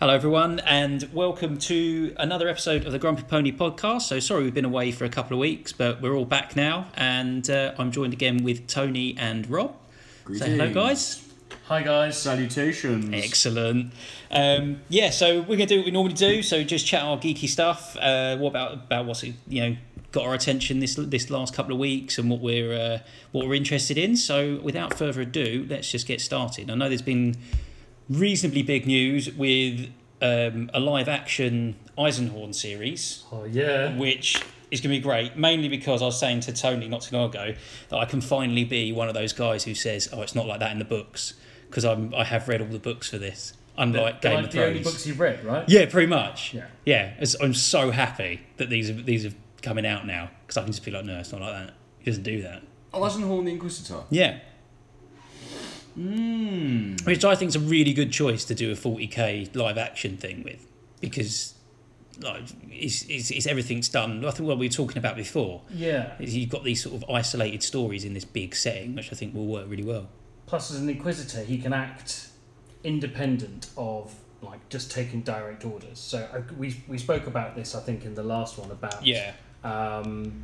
Hello, everyone, and welcome to another episode of the Grumpy Pony podcast. So, sorry we've been away for a couple of weeks, but we're all back now, and uh, I'm joined again with Tony and Rob. Say hello, Greetings. guys. Hi guys, salutations. Excellent. Um, yeah, so we're gonna do what we normally do. So just chat our geeky stuff. Uh, what about about what's you know got our attention this this last couple of weeks and what we're uh, what we're interested in. So without further ado, let's just get started. I know there's been reasonably big news with um, a live action Eisenhorn series Oh yeah. which is going to be great, mainly because I was saying to Tony not too long ago that I can finally be one of those guys who says, "Oh, it's not like that in the books," because I'm I have read all the books for this, unlike Game like of the only Thrones. books you've read, right? yeah, pretty much. Yeah. yeah. It's, I'm so happy that these are these are coming out now because I can just be like, "No, it's not like that. He doesn't do that." Oh, Eisenhorn the Inquisitor. Yeah, Mmm. which I think is a really good choice to do a 40k live action thing with because. Like, it's, it's, it's everything's done. I think what we were talking about before. Yeah. is you've got these sort of isolated stories in this big setting, which I think will work really well. Plus, as an inquisitor, he can act independent of like just taking direct orders. So I, we we spoke about this, I think, in the last one about um,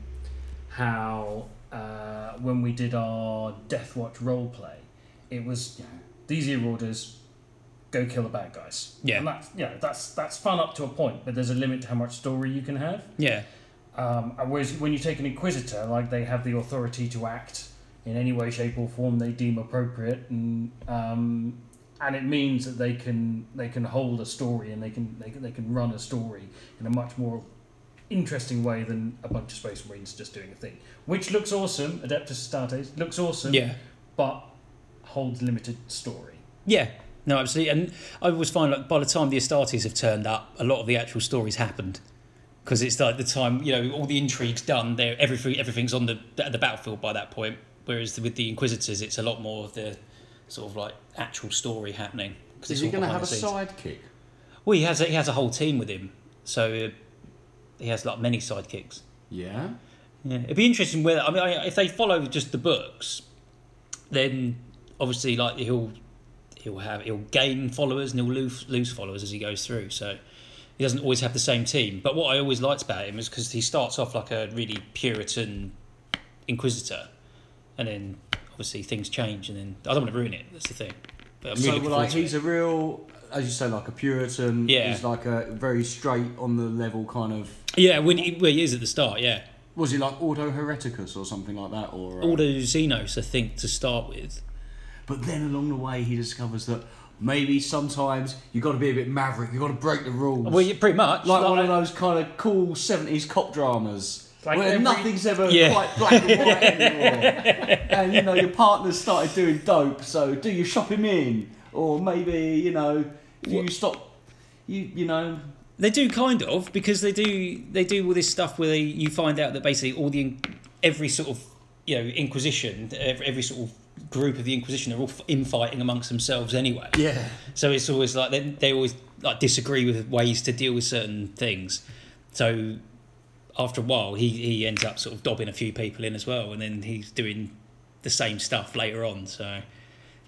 how uh, when we did our Death Watch role play, it was you know, these are your orders. Go kill the bad guys. Yeah. and that's yeah, that's that's fun up to a point, but there's a limit to how much story you can have. yeah, Um, whereas when you take an inquisitor, like they have the authority to act in any way, shape, or form they deem appropriate, and um, and it means that they can they can hold a story and they can they can, they can run a story in a much more interesting way than a bunch of space marines just doing a thing, which looks awesome. Adeptus Astartes looks awesome, yeah, but holds limited story. yeah. No, absolutely. And I always find like by the time the Astartes have turned up, a lot of the actual stories happened because it's like the time you know all the intrigues done. There, everything everything's on the the battlefield by that point. Whereas with the Inquisitors, it's a lot more of the sort of like actual story happening. 'cause it's Is he all going to behind have a the scenes. sidekick? Well, he has a, he has a whole team with him, so uh, he has like many sidekicks. Yeah. Yeah, it'd be interesting whether I mean I- if they follow just the books, then obviously like he'll he'll have he'll gain followers and he'll lose lose followers as he goes through. So he doesn't always have the same team. But what I always liked about him is because he starts off like a really Puritan inquisitor, and then obviously things change, and then I don't want to ruin it. That's the thing. But I'm really so looking like forward to he's it. a real, as you say, like a Puritan. Yeah. He's like a very straight on the level kind of. yeah when he, well, he is at the start. Yeah, Was he like Auto Hereticus or something like that, or? uh, all those Xenos I think to start with. But then along the way, he discovers that maybe sometimes you got to be a bit maverick. You got to break the rules. Well, yeah, pretty much like one of those kind of cool seventies cop dramas. Like where every- nothing's ever Yeah. quite black and white anymore. and you know, your partner's started doing dope, so do you shop him in? Or maybe, you know, do you stop you you know They do kind of because they do they do all this stuff where they, you find out that basically all the every sort of you know Inquisition every, every sort of group of the Inquisition are all infighting amongst themselves anyway. Yeah. So it's always like they, they always like disagree with ways to deal with certain things. So after a while, he he ends up sort of dobbing a few people in as well, and then he's doing the same stuff later on. So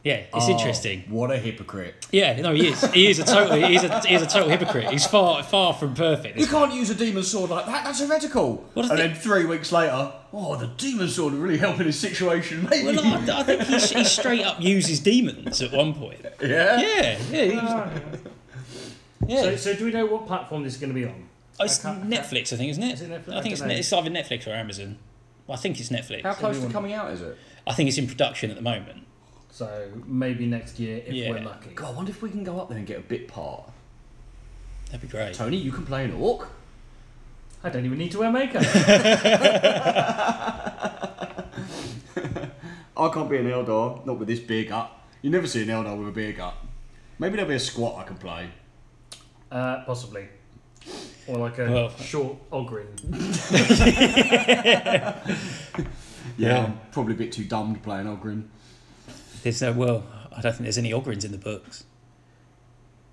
yeah, Oh. it's interesting. What a hypocrite. Yeah, no, he is. He is a total. He is a, he is a total hypocrite. He's far far from perfect. You can't use a demon sword like that, that's heretical. What and I then three weeks later, oh the demon sword would really help in his situation, maybe. Well, no, I, I think he, he straight up uses demons at one point. yeah. Yeah, yeah, he was- yeah. Oh, So, so do we know what platform this is going to be on? Oh, it's I can't- I can't- Netflix, I think, isn't it? Is it Netflix? I I think it's, don't ne- know. it's either Netflix or Amazon. Well, I think it's Netflix. How close to Everyone- coming out is it? I think it's in production at the moment. So maybe next year if Yeah. we're lucky. God, I wonder if we can go up there and get a bit part. That'd be great. Tony, you can play an orc. I don't even need to wear makeup. I can't be an Eldar, not with this beer gut. You never see an Eldar with a beer gut. Maybe there'll be a squat I can play. Uh, possibly. Or like a Well- short ogrin. Yeah, I'm probably a bit too dumb to play an Ogrim. There's no well. I don't think there's any Ogrins in the books.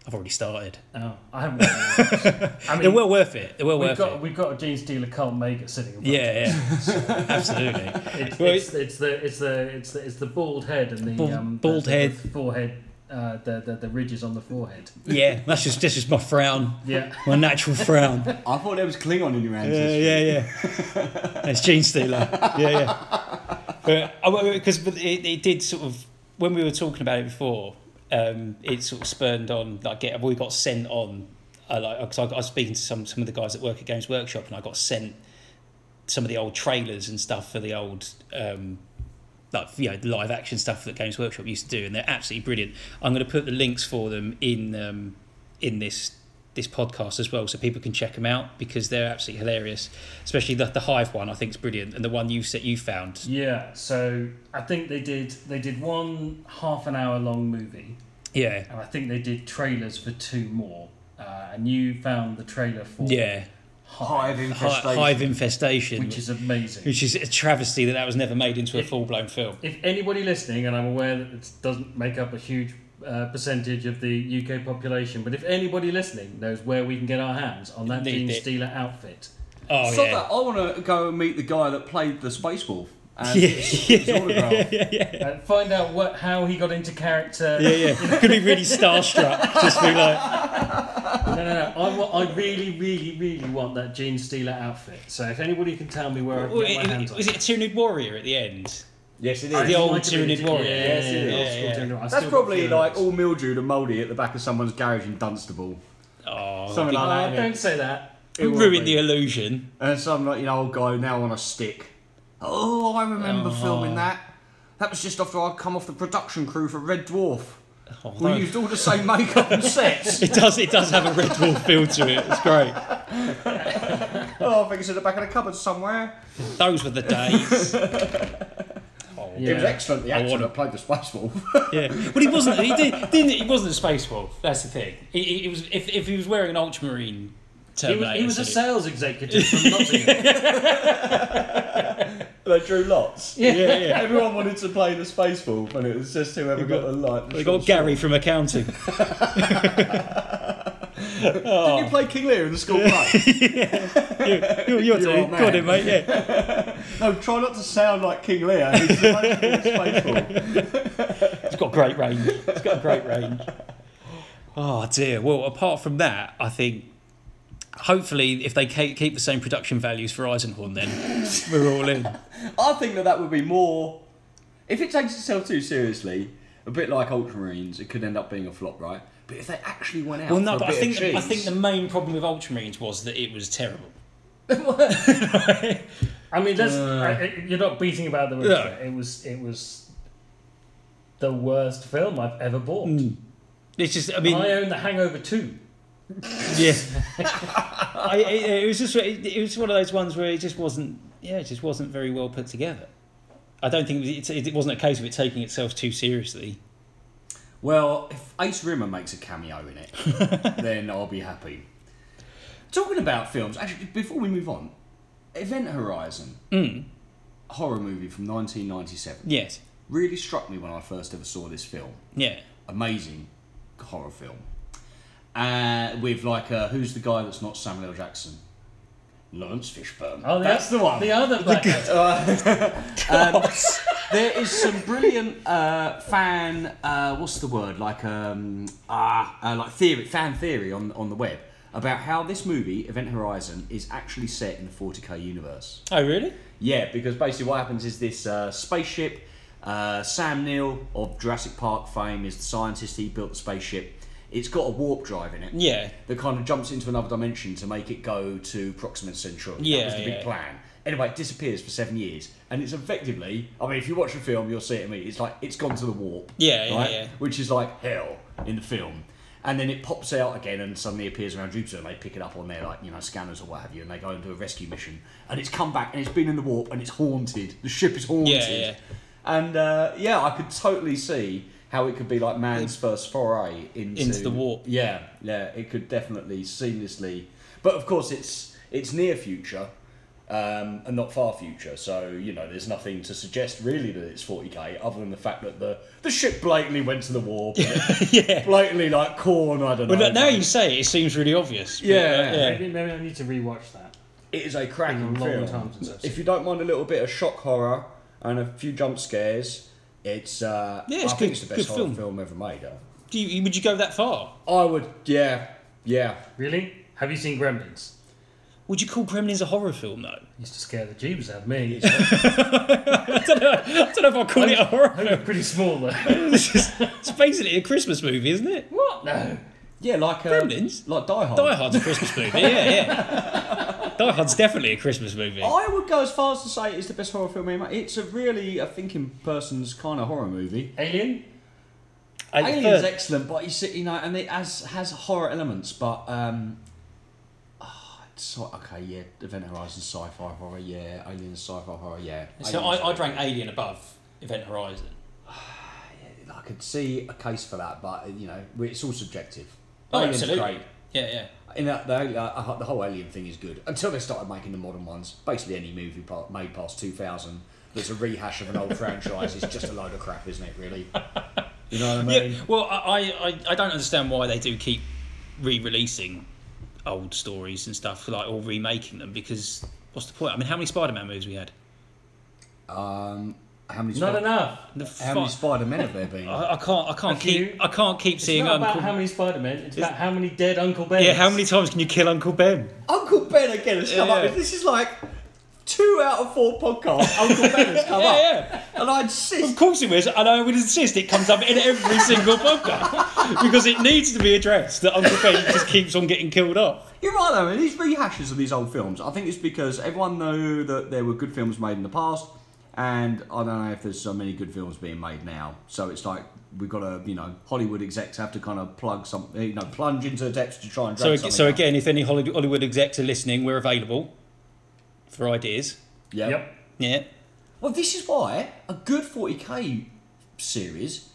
I've already started. Oh, I haven't. Got any. I They're mean, well worth it. They're well we've worth got it. we've got a James Dealer Carl Mega sitting. in front of Yeah, yeah, absolutely. us. It's, Well, it's, it's the it's the it's the it's the bald head and the Bald- um, bald the- head. the forehead uh, uh, the, the the ridges on the forehead. Yeah, that's just this is my frown, Yeah. my natural frown. Yeah, I thought there was Klingon in your ancestry. yeah, yeah. It's Gene Stealer. Yeah, yeah. But I- well, because but it, it did sort of when we were talking about it before, um, it sort of spurned on like get we got sent on. Uh, like, 'cause I, got- I was speaking to some some of the guys that work at Games Workshop, and I got sent some of the old trailers and stuff for the old um, like you know live action stuff that Games Workshop used to do, and they're absolutely brilliant. I'm going to put the links for them in um, in this this podcast as well, so people can check them out because they're absolutely hilarious. Especially the, the Hive one, I think is brilliant, and the one you said you found. Yeah. So I think they did they did one half an hour long movie, Yeah, and I think they did trailers for two more. Uh, and you found the trailer for yeah, Hive Hi- infestation. Hive infestation, which is amazing. which is a travesty that that was never made into a full blown film. If anybody listening, and I'm aware that it doesn't make up a huge uh, percentage of the UK population, but if anybody listening knows where we can get our hands on that Need Gene it. Steeler outfit, Oh so yeah. that I want to go and meet the guy that played the Space Wolf. And Yeah. his autograph. uh, find out what how he got into character. Yeah, yeah. Could be really starstruck. Just be like, No, no, no. I, wa- I really, really, really want that Gene Steeler outfit. So if anybody can tell me where I can get my hands on was it a Tyranid Warrior at the end? Yes, it it the is. old might have been- Tyranid Warrior. Yeah, Yes, it yeah, is. old school Yeah, yeah. Tyranid- I still That's got probably feelings. like all mildewed and mouldy at the back of someone's garage in Dunstable. Oh, Something Oh, like that. don't say that. It will ruined be. the illusion. And some like you know old guy now on a stick. Oh, I remember filming that. That was just after I'd come off the production crew for Red Dwarf. Oh, We no. used all the same makeup and sets. It does. It does have a Red Dwarf feel to it. It's great. oh, I think it's in the back of the cupboard somewhere. Those were the days. It was Yeah. excellent. The I actor wanna- that played the Space Wolf. Yeah. Well, he wasn't. He did, didn't. He wasn't a space wolf. That's the thing. He, he- he was. If, if he was wearing an ultramarine. He was, Terminator he was a suit- sales executive from Nottingham. they drew lots. Yeah, yeah. yeah. Everyone wanted to play the Space Wolf, and it was just whoever got, the light. We got Gary from accounting. Did you play King Lear in the school play? You're, you're You're doing a man. got it, mate. Yeah. no, try not to sound like King Lear. He's the most famous Space Wolf. It's got great range. It's got a great range. Oh dear. Well, apart from that, I think hopefully if they ke- keep the same production values for Eisenhorn, then we're all in. I think that that would be more. If it takes itself too seriously, a bit like Ultramarines, it could end up being a flop, right? But if they actually went out, Well, no, for a but I bit think of I think cheese- the main problem with Ultramarines was that it was terrible. I mean, that's, I- I- you're not beating about the bush. No. there. It was it was the worst film I've ever bought. It's just, I I, mean, own The Hangover Two. yeah. I, it, it was just, it, it was one of those ones where it just wasn't, yeah, it just wasn't very well put together. I don't think it, it, it wasn't a case of it taking itself too seriously. Well, if Ace Rimmer makes a cameo in it, then I'll be happy. Talking about films, actually, before we move on, Event Horizon, a horror movie from 1997, Yes. really struck me when I first ever saw this film. Yeah. Amazing horror film. Uh, with like, uh, who's the guy that's not Samuel L. Jackson? Lawrence Fishburne. Oh, the- that's the one. The other black actor. There is some brilliant uh, fan. Uh, what's the word? Like um, ah, uh, like theory, fan theory on on the web about how this movie Event Horizon is actually set in the 40k universe. Oh, really? Yeah, because basically what happens is this uh, spaceship. Uh, Sam Neill of Jurassic Park fame is the scientist. He built the spaceship. It's got a warp drive in it Yeah. that kind of jumps into another dimension to make it go to Proxima Centauri. that Yeah, was the big yeah. plan. Anyway, it disappears for seven years, and it's effectively. I mean, if you watch the film, you'll see it. I mean, it's like it's gone to the warp. Yeah, yeah, right? yeah. Which is like hell in the film, and then it pops out again and suddenly appears around Jupiter, and they pick it up on their like you know scanners or what have you, and they go and do a rescue mission, and it's come back and it's been in the warp and it's haunted. The ship is haunted. yeah. And uh, yeah, I could totally see how it could be like man's first foray into Into the warp. yeah, yeah, it could definitely seamlessly. But of course, it's it's near future um, and not far future. So you know, there's nothing to suggest really that it's 40k, other than the fact that the the ship blatantly went to the warp, Yeah. blatantly like corn. I don't Well, know. look, now you say it, it seems really obvious. but, Yeah. uh, yeah. Maybe, maybe I need to rewatch that. it is a Been cracking a long film. time since I've seen if you don't mind a little bit of shock horror and a few jump scares, it's uh, Yeah, it's I good- think it's the good best horror film. film ever made. Uh, Do you, would you go that far? I would, yeah, yeah. Really? Have you seen Gremlins? Would you call Gremlins a horror film though? Used to scare the jeebus out of me. I don't know. I don't know if I'll call it a horror They were pretty small though. film. It's, just, it's basically a Christmas movie, isn't it? what? No. Yeah, like uh, Gremlins? like Die Hard. Die Hard's a Christmas movie. Yeah, yeah. Die Hard's definitely a Christmas movie. Oh, I would go as far as to say it's the best horror film ever. It's a really a thinking person's kind of horror movie. Alien? And Alien's third- excellent, but it's, you know, and it has has horror elements, but um, ah, it's so, okay, yeah, Event Horizon sci-fi horror, yeah, Alien sci-fi horror, yeah. So Alien's I, I rank Alien above Event Horizon. I could see a case for that, but you know, it's all subjective. Oh, Alien's absolutely. great. Yeah, yeah. In that, the, uh, the whole alien thing is good until they started making the modern ones. Basically, any movie pa- made past two thousand that's a rehash of an old franchise is just a load of crap, isn't it? Really, you know what I mean? Yeah, well, I, I, I- I don't understand why they do keep re-releasing old stories and stuff, like or remaking them. Because what's the point? I mean, how many Spider-Man movies we had? Um, how many? Not Spi- enough. The how many fi- Spider Men have there been? I, I can't. I can't A keep. few. I can't keep It's seeing not about Uncle. how many Spider-Men, it's, about how many dead Uncle Ben. yeah, how many times can you kill Uncle Ben? Uncle Ben again has come Yeah. up. with- This is like two out of four podcasts. Uncle Ben has come Yeah, up, yeah. and I Of insist. course it was, and I would insist it comes up in every single podcast because it needs to be addressed that Uncle Ben just keeps on getting killed off. You're right though, and these rehashes of these old films, I think it's because everyone knew that there were good films made in the past, and I don't know if there's so many good films being made now. So it's like we've got to, you know, Hollywood execs have to kind of plug something, you know, plunge into the depths to try and. So, drag ag- something so out. again, if any Holly- Hollywood execs are listening, we're available for ideas. yeah. Yep. Yeah. Well, this is why a good 40k series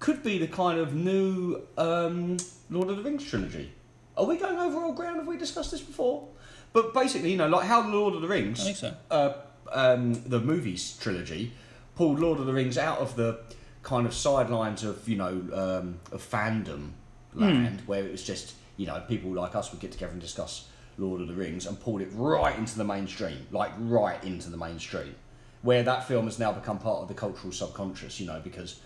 could be the kind of new um, Lord of the Rings trilogy. Are we going over old ground? Have we discussed this before? But basically, you know, like how Lord of the Rings, I think so. uh, um, the movies trilogy, pulled Lord of the Rings out of the kind of sidelines of you know um, of fandom Hmm. land, where it was just you know people like us would get together and discuss Lord of the Rings, and pulled it right into the mainstream, like right into the mainstream, where that film has now become part of the cultural subconscious, you know, because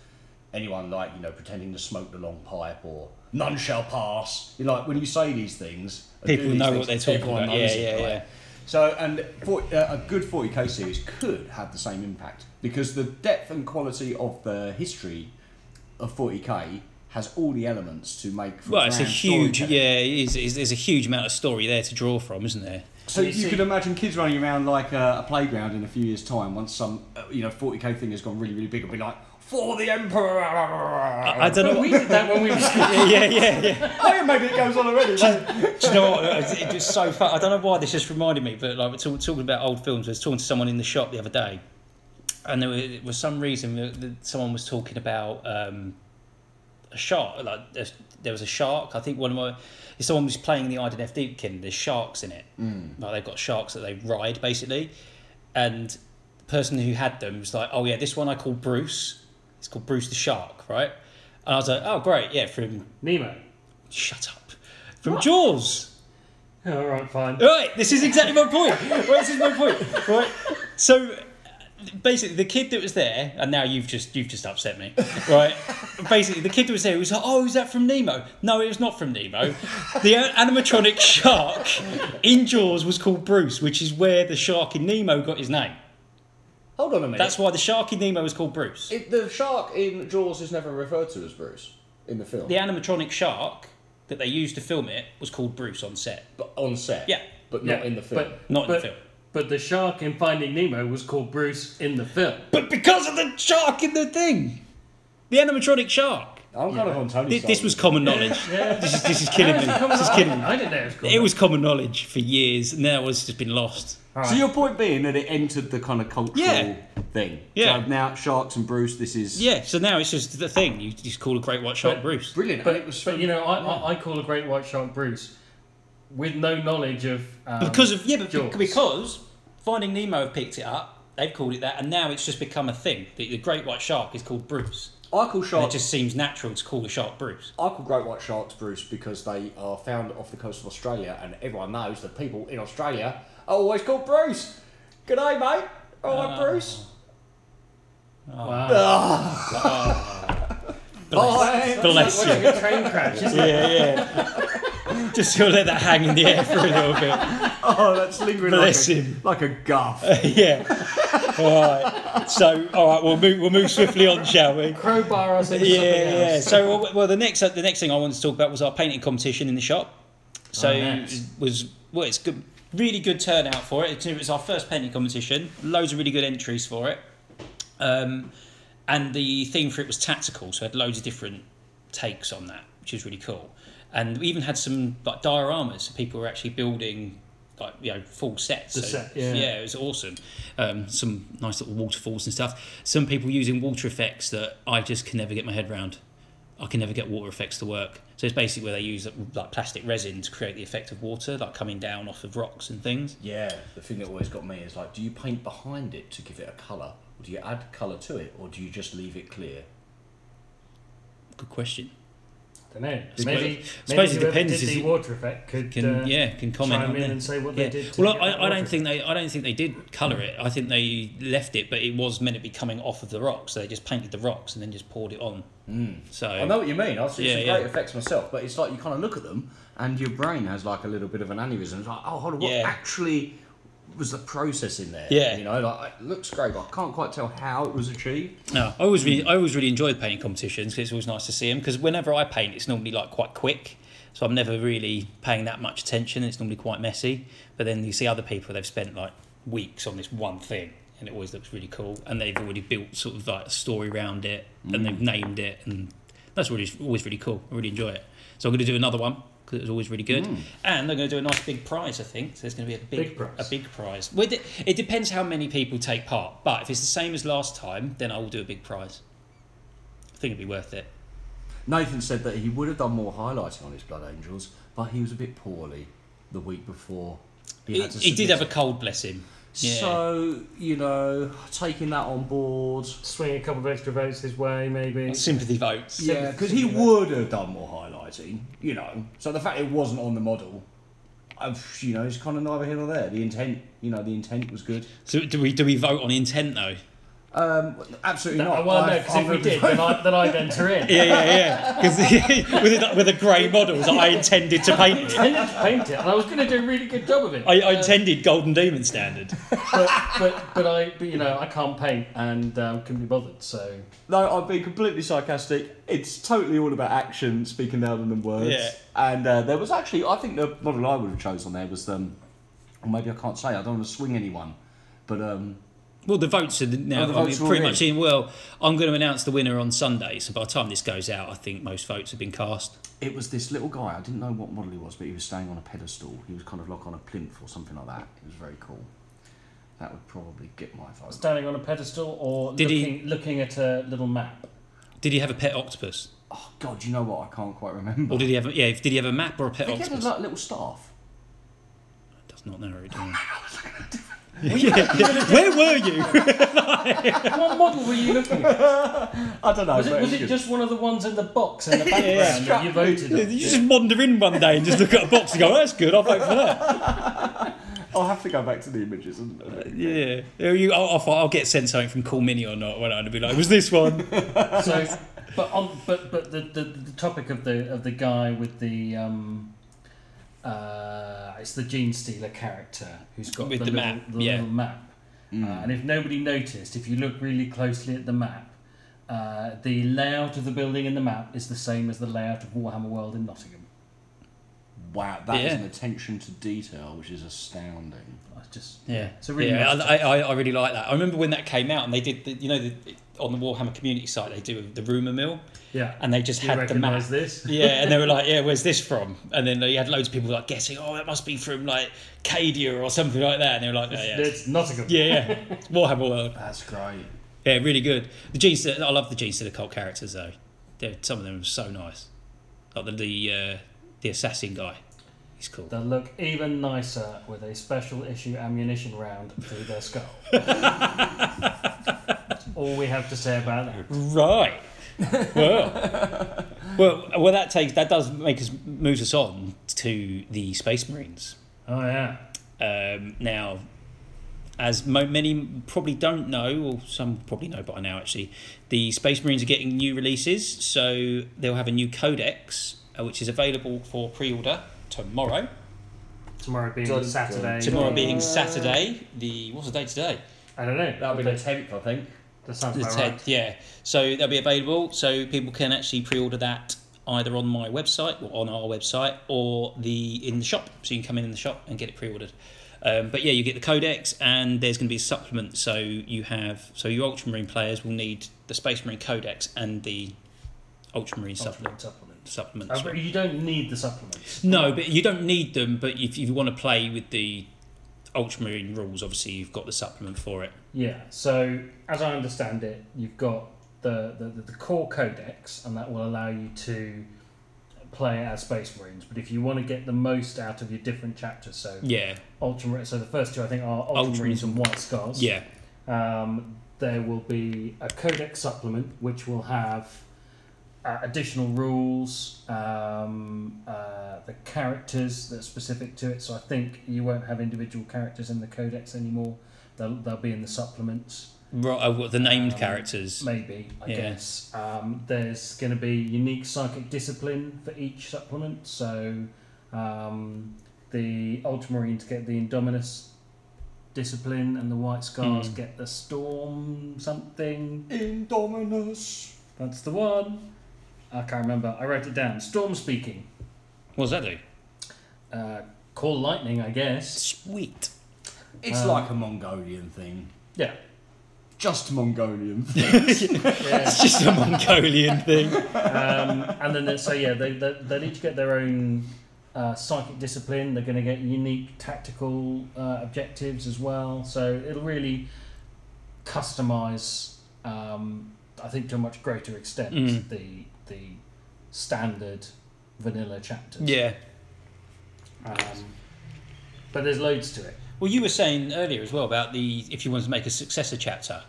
anyone like you know pretending to smoke the long pipe or none shall pass you know, like when you say these things and do People these know what they're talking everyone about. Yeah, knows it, yeah, right? yeah. so and for, uh, a good 40k series could have the same impact because the depth and quality of the history of 40k has all the elements to make for Well, it's a grand huge, storytelling. yeah, it is, is, there's a huge amount of story there to draw from, isn't there? So You you, see- could imagine kids running around like a, a playground in a few years' time once some uh, you know 40k thing has gone really really big and be like for the emperor. I, I don't know. But we did that when we were yeah, yeah, yeah. oh yeah, maybe it goes on already. Like, Do you know what? Uh, It's, it's just so fun. I don't know why this just reminded me, but like we're talk, talking about old films. I was talking to someone in the shop the other day, and there was, was some reason that, that someone was talking about um, a shark. Like there's- there was a shark. I think one of my if someone was playing the Iden F Deepkin. There's sharks in it. Like they've got sharks that they ride basically, and the person who had them was like, "Oh yeah, this one I call Bruce. It's called Bruce the Shark, right?" And I was like, "Oh great, yeah, from Nemo. shut up, from Jaws." All right, fine. Right, this is exactly my point. Right, this is my point. Right, so basically, the kid that was there, and now you've just you've just upset me. Right, basically, the kid that was there was like, "Oh, is that from Nemo?" No, it was not from Nemo. The a- animatronic shark in Jaws was called Bruce, which is where the shark in Nemo got his name. Hold on a minute. That's why the shark in Nemo was called Bruce. It, the shark in Jaws is never referred to as Bruce in the film. The animatronic shark that they used to film it was called Bruce on set. But on set. Yeah. But Yeah, not in the film. But, Not in the but, film. But the shark in Finding Nemo was called Bruce in the film. But because of the shark in the thing, the animatronic shark. I'm kind of on Tony's This, side this with was common knowledge. This is this is killing me. This is killing me. I didn't know it was called. It was common knowledge for years. Now it's just been lost. So your point being that it entered the kind of cultural Yeah. thing. Yeah. So now sharks and Bruce, this is Yeah. So now it's just the thing. You just call a great white shark But- Bruce. brilliant. But, and it was but you know, I, I, I call a great white shark Bruce, with no knowledge of um, Because of yeah, but Jaws. because Finding Nemo have picked it up. They've called it that, and now it's just become a thing. The, the great white shark is called Bruce. I call And it sharks just seems natural to call the shark Bruce. I call great white sharks Bruce because they are found off the coast of Australia and everyone knows that people in Australia are always called Bruce. G'day mate. Uh, Oh, Bruce. wow. Ah. Bye. Bless Watching you. a train crash, isn't it? Yeah, yeah. Just sort of let that hang in the air for a little bit. Oh, that's lingering Bless like, him. A, like a guff. yeah. All right. So, all right, we'll move, we'll move swiftly on, shall we? Crowbar us into yeah, something else. yeah. So, well, well, the next the next thing I wanted to talk about was our painting competition in the shop. So Oh, nice. was well, it's good, really good turnout for it. It's- It was our first painting competition. Loads of really good entries for it. Um, and the theme for it was tactical, so it had loads of different takes on that, which was really cool. And we even had some like dioramas. So people were actually building like you know full sets. The So, set, yeah. it was awesome. Um, some nice little waterfalls and stuff. Some people using water effects that I just can never get my head around. I can never get water effects to work. So it's basically where they use like plastic resin to create the effect of water, like coming down off of rocks and things. Yeah, the thing that always got me is like, do you paint behind it to give it a colour? Or do you add colour to it? Or do you just leave it clear? Good question. don't know. Suppose- maybe suppose it maybe whoever depends, Did is the it- water effect could Can uh, yeah, can comment chime on in that. and say what Yeah. they did. To Well, get that I, I water. don't think they I don't think they did colour it. I think they left it, but it was meant to be coming off of the rocks. So they just painted the rocks and then just poured it on. Hmm. So I know what you mean. I've seen Yeah, some yeah. great effects myself, but it's like you kind of look at them and your brain has like a little bit of an aneurysm. It's like, oh, hold on, what Yeah. actually was the process in there? Yeah. You know, like, it looks great, but I can't quite tell how it was achieved. No, I always really, I always really enjoy the painting competitions because it's always nice to see them. Because whenever I paint, it's normally like quite quick, so I'm never really paying that much attention. It's normally quite messy, but then you see other people they've spent like weeks on this one thing, and it always looks really cool. And they've already built sort of like a story around it, and Mm. they've named it, and that's really always really cool. I really enjoy it. So I'm going to do another one because it was always really good, and they're going to do a nice big prize. I think so. There's going to be a big, Mm. Big prize. a big prize. Well, it, it depends how many people take part, but if it's the same as last time, then I will do a big prize. I think it'd be worth it. Nathan said that he would have done more highlighting on his Blood Angels, but he was a bit poorly the week before. He, had to he did submit have a cold, bless him. Yeah. So, you know, taking that on board. swing a couple of extra votes his way, maybe. Sympathy votes. Yeah, because he would have done more highlighting, you know. So the fact it wasn't on the model, I've, you know, it's kind of neither here nor there. The intent, you know, the intent was good. So do we do we vote on intent though? Um, absolutely No, not. Oh, well, no, I've- because I'm if we gonna did, be- then, I, then I'd enter in. Yeah, yeah, yeah. Because with the, with the grey models, I intended to paint it. I intended to paint it, and I was going to do a really good job of it. I, I intended Golden Demon standard. but, but, but I, but, you know, I can't paint and um, couldn't be bothered. So no, I've been completely sarcastic. It's totally all about action, speaking louder than words. Yeah. And uh, there was actually, I think the model I would have chosen there was, um, or maybe I can't say, I don't want to swing anyone, but um, Well, the votes are now Oh, the I mean, votes are pretty already much in. Well, I'm going to announce the winner on Sunday. So by the time this goes out, I think most votes have been cast. it was this little guy. I didn't know what model he was, but he was standing on a pedestal. He was kind of like on a plinth or something like that. It was very cool. That would probably get my vote. standing on a pedestal or Did he- looking, looking at a little map. Did he have a pet octopus, Oh God, you know what? I can't quite remember. or did he have? A, yeah, did he have a map or a I pet think he had octopus? a like, little staff. Does not narrow it down. Yeah, yeah. Where were you? what model were you looking at? I don't know. Was it, was it just one of the ones in the box in the background that you voted on? You just wander in one day and just look at a box and go, "That's good. I'll vote for that." I'll have to go back to the images. And, Yeah, Yeah, you, I'll, I'll, I'll get sent something from Call Mini or not. When I'd be like, "Was this one?" So, but on but but the, the, the topic of the of the guy with the um, uh, it's the gene stealer character who's got With the, the little, map, the yeah. little map, uh, and if nobody noticed, if you look really closely at the map, uh, the layout of the building in the map is the same as the layout of Warhammer World in Nottingham. Wow, that is Yeah. an attention to detail which is astounding. I just Yeah, it's a really yeah, nice I, I, I really like that. I remember when that came out and they did, the, you know, the, on the Warhammer community site they do the rumor mill, yeah. and they just you had the map. recognise this? Yeah, and they were like, "Yeah, where's this from?" And then they had loads of people like guessing, "Oh, that must be from like Cadia or something like that." And they were like, "Oh, yeah, It's Nottingham. yeah, yeah, it's Warhammer World." That's great. Yeah, really good. The Gene, Sil- I love the Gene Stealer cult characters though. They're, some of them are so nice. Like the the, uh, the assassin guy, he's cool. They'll look even nicer with a special issue ammunition round through their skull. That's all we have to say about that. Right. Well, well, well. That takes that does make us moves us on to the Space Marines. Oh yeah. Um, now, as mo- many probably don't know, or some probably know by now actually, the Space Marines are getting new releases, so they'll have a new codex, uh, which is available for pre order tomorrow. Tomorrow being Dun, dun. Saturday. Tomorrow being Uh, Saturday, the. What's the date today? I don't know. That'll be the tenth, I think. That sounds The about 10th, right. yeah. So they'll be available, so people can actually pre order that either on my website or on our website or the in the shop so you can come in in the shop and get it pre-ordered um, but yeah you get the codex and there's going to be a supplement so you have so your ultramarine players will need the space marine codex and the ultramarine supplement Supplement. supplement. supplement Uh, but you don't need the supplements. no but you don't need them but if you want to play with the ultramarine rules obviously you've got the supplement for it Yeah. So as I understand it, you've got the the, the, the core codex, and that will allow you to play as Space Marines. But if you want to get the most out of your different chapters, so yeah Ultramarine. So the first two I think are Ultramarines. Ultramarines and White Scars. yeah um, there will be a codex supplement which will have uh, additional rules, um, uh, the characters that are specific to it. So I think you won't have individual characters in the codex anymore. They'll, they'll be in the supplements, right oh, what, the named Um, characters maybe, I Yeah. guess. Um, there's going to be unique psychic discipline for each supplement. So um, the Ultramarines get the Indominus discipline, and the White Scars Mm. get the Storm something. Indominus. That's the one. I can't remember. I wrote it down. Storm speaking. what does that do Uh, call lightning, I guess. Sweet. It's Um, like a Mongolian thing. Yeah. Just Mongolian. yeah. It's just a Mongolian thing. um, and then, they- so yeah, they, they, they need to get their own uh, psychic discipline. They're going to get unique tactical uh, objectives as well. So it'll really customize, um, I think, to a much greater extent Mm. the the standard vanilla chapters. Yeah. Um, but there's loads to it. Well, you were saying earlier as well about the if you wanted to make a successor chapter.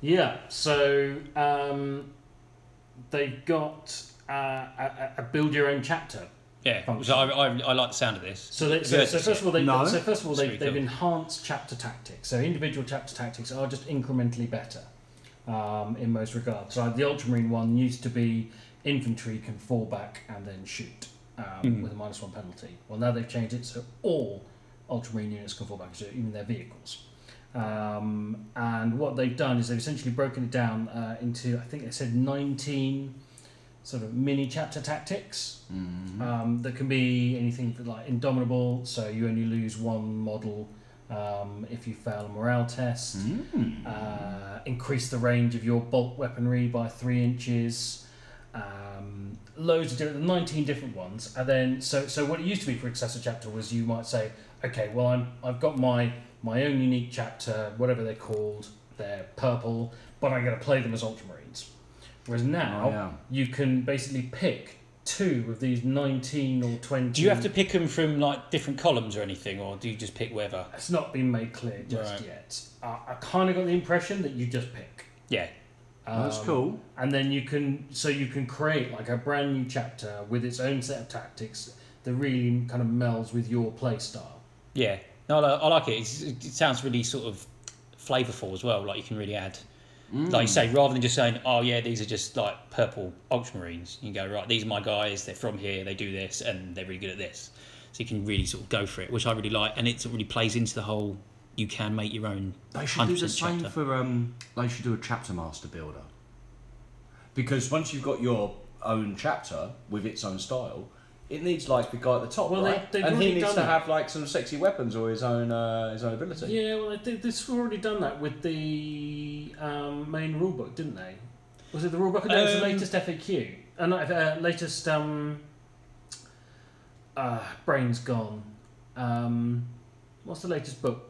Yeah, so um, they've got uh, a, a a build your own chapter. Yeah. Which I, I, I like the sound of this. So, they, so, so first of all, they, No. so first of all, Sorry, they, go they've on. enhanced chapter tactics. So individual chapter tactics are just incrementally better um, in most regards. So the Ultramarine one used to be infantry can fall back and then shoot um, Mhm. with a minus one penalty. Well, now they've changed it so all Ultramarine units can fall back, so even their vehicles. Um, and what they've done is they've essentially broken it down uh, into, I think they said 19 sort of mini chapter tactics. Mm-hmm. Um, that can be anything for, like indomitable, so you only lose one model um, if you fail a morale test. Mm. Uh, increase the range of your bolt weaponry by three inches. Um, loads of different, 19 different ones, and then so so what it used to be for accessor chapter was you might say, okay, well I'm I've got my my own unique chapter, whatever they're called, they're purple, but I'm going to play them as Ultramarines. Whereas now Oh, yeah. you can basically pick two of these 19 or 20. Do you have to pick them from like different columns or anything, or do you just pick wherever? It's not been made clear just Right. yet. I, I kind of got the impression that you just pick. Yeah. That's Um, cool. And then you can, so you can create like a brand new chapter with its own set of tactics that really kind of melds with your play style. Yeah. No, I, li- I like it. It's, it sounds really sort of flavourful as well. Like you can really add, like you Mm. say, rather than just saying, "Oh yeah, these are just like purple ultramarines." You can go right. These are my guys. They're from here. They do this, and they're really good at this. So you can really sort of go for it, which I really like, and it sort of really plays into the whole. You can make your own. They should do the 100% same chapter. for um. They should do a chapter master builder. Because once you've got your own chapter with its own style, it needs like the guy at the top, Well, they- right? they've and he already needs done to that. have like some sexy weapons or his own uh, his own ability. Yeah, well, they, this already done that with the um, main rulebook, didn't they? Was it the rulebook? No, it was the Um, latest FAQ. Uh, not, uh, latest um, uh, brain's gone. Um, what's the latest book?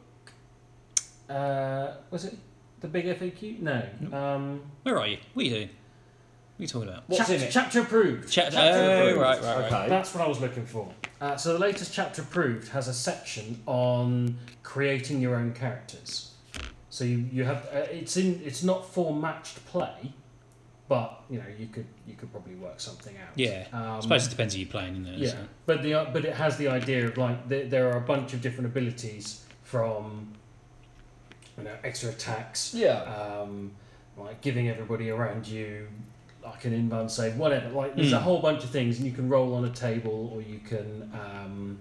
Uh, was it the big FAQ? No. Um, Where are you? What are you doing? What are you talking about? What's chapter, in it? chapter approved. Chapter, Chapter oh, approved. right, right, right. okay. That's what I was looking for. Uh, so the latest chapter approved has a section on creating your own characters. So you, you have uh, it's in it's not for matched play, but you know you could you could probably work something out. Yeah. I Um, suppose it depends who you're playing in there. yeah, but the but it has the idea of like there, there are a bunch of different abilities from you know, extra attacks. Yeah. Um, like giving everybody around you like an inbound save, whatever. Like there's a Mm. whole bunch of things, and you can roll on a table, or you can um,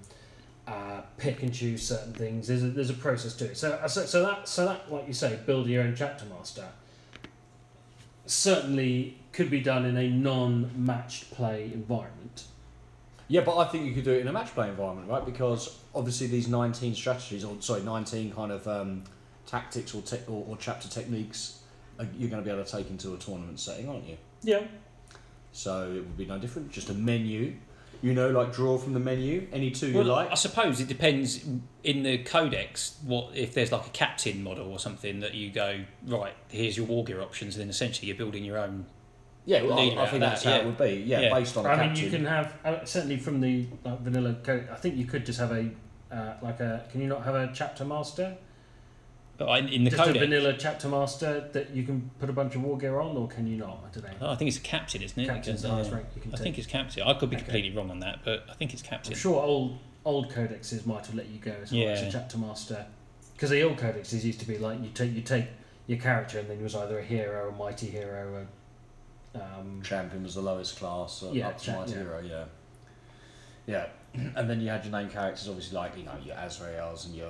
uh, pick and choose certain things. There's a, there's a process to it. So, uh, so so that so that like you say, building your own chapter master certainly could be done in a non-matched play environment. Yeah, but I think you could do it in a match play environment, right? Because obviously these 19 strategies, or sorry, 19 kind of um, tactics or, te- or, or chapter techniques, are, you're going to be able to take into a tournament setting, aren't you? Yeah. So it would be no different. Just a menu, you know, like draw from the menu, any two you like. I suppose it depends in the codex what if there's like a captain model or something that you go right. Here's your war gear options, and then essentially you're building your own. Yeah, well, I, leader I out think that, that's how yeah. it would be. Yeah, Yeah. based on a I captain. mean, you can have uh, certainly from the like, vanilla code. I think you could just have a uh, like a. Can you not have a chapter master? But I, in the just a codex, vanilla chapter master that you can put a bunch of war gear on, or can you not? I don't know. Oh, I think it's a captain, isn't it? Captain's the Because, highest uh, rank you can I take. think it's captain. I could be Okay. Oh, completely wrong on that, but I think it's captain. I'm sure old old codexes might have let you go as well as a Yeah. chapter master, because the old codexes used to be like you take you take your character and then you was either a hero, a mighty hero, a um, Champion was the lowest class, uh, Yeah, up to cha- my yeah. hero, yeah. Yeah, and then you had your name characters, obviously, like, you know, your Azraels and your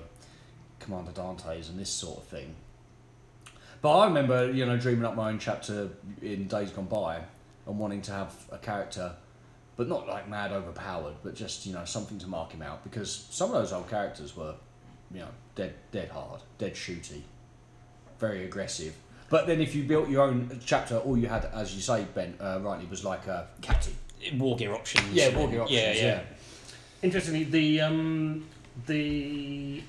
Commander Dantes and this sort of thing. But I remember, you know, dreaming up my own chapter in days gone by and wanting to have a character, but not like mad overpowered, but just, you know, something to mark him out because some of those old characters were, you know, dead, dead hard, dead shooty, very aggressive. But then if you built your own chapter, all you had, as you say, Ben, uh, rightly, was like a captain. War gear options. Yeah, walking options. Yeah, yeah. Interestingly, the um, the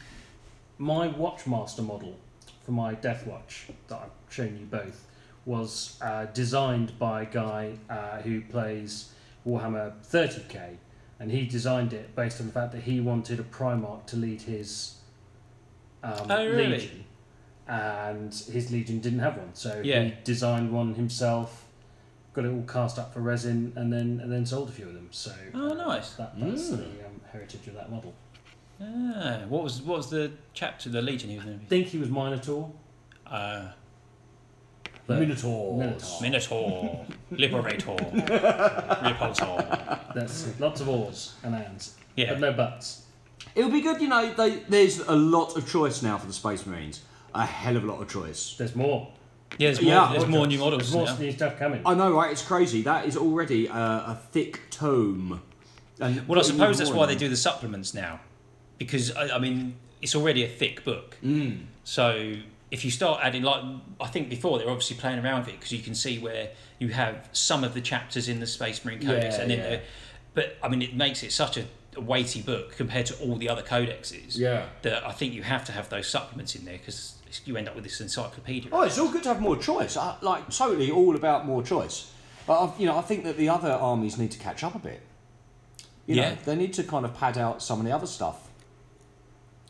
my watchmaster model for my Death Watch that I've shown you both was uh, designed by a guy uh, who plays Warhammer 30k, and he designed it based on the fact that he wanted a Primarch to lead his um, Oh, really? legion, and his legion didn't have one, so Yeah. he designed one himself. Got it all cast up for resin, and then and then sold a few of them. So Oh, uh, nice. that, that's Mm. the um, heritage of that model. Ah, what was what was the chapter? The legion he was going I to be. think he was Minotaur. Uh, But Minotaurs. Minotaur. Minotaur, Liberator, Repulsor. That's lots of oars and ands, Yeah. but no buts. It'll be good, you know. They, there's a lot of choice now for the Space Marines. A hell of a lot of choice. There's more. Yeah, there's more, Yeah. there's more new models There's more now. new stuff coming. I know, right? It's crazy. That is already a, a thick tome. And Well, I suppose that's why they do the supplements now, because I, I mean it's already a thick book. Mm. So if you start adding, like I think before, they were obviously playing around with it because you can see where you have some of the chapters in the Space Marine Codex, Yeah, and then, yeah. the- but I mean it makes it such a, a weighty book compared to all the other codexes. Yeah. That I think you have to have those supplements in there because you end up with this encyclopedia. Oh, it's all good to have more choice. I, like totally, all about more choice. But I've, you know, I think that the other armies need to catch up a bit. You know, Yeah. they need to kind of pad out some of the other stuff.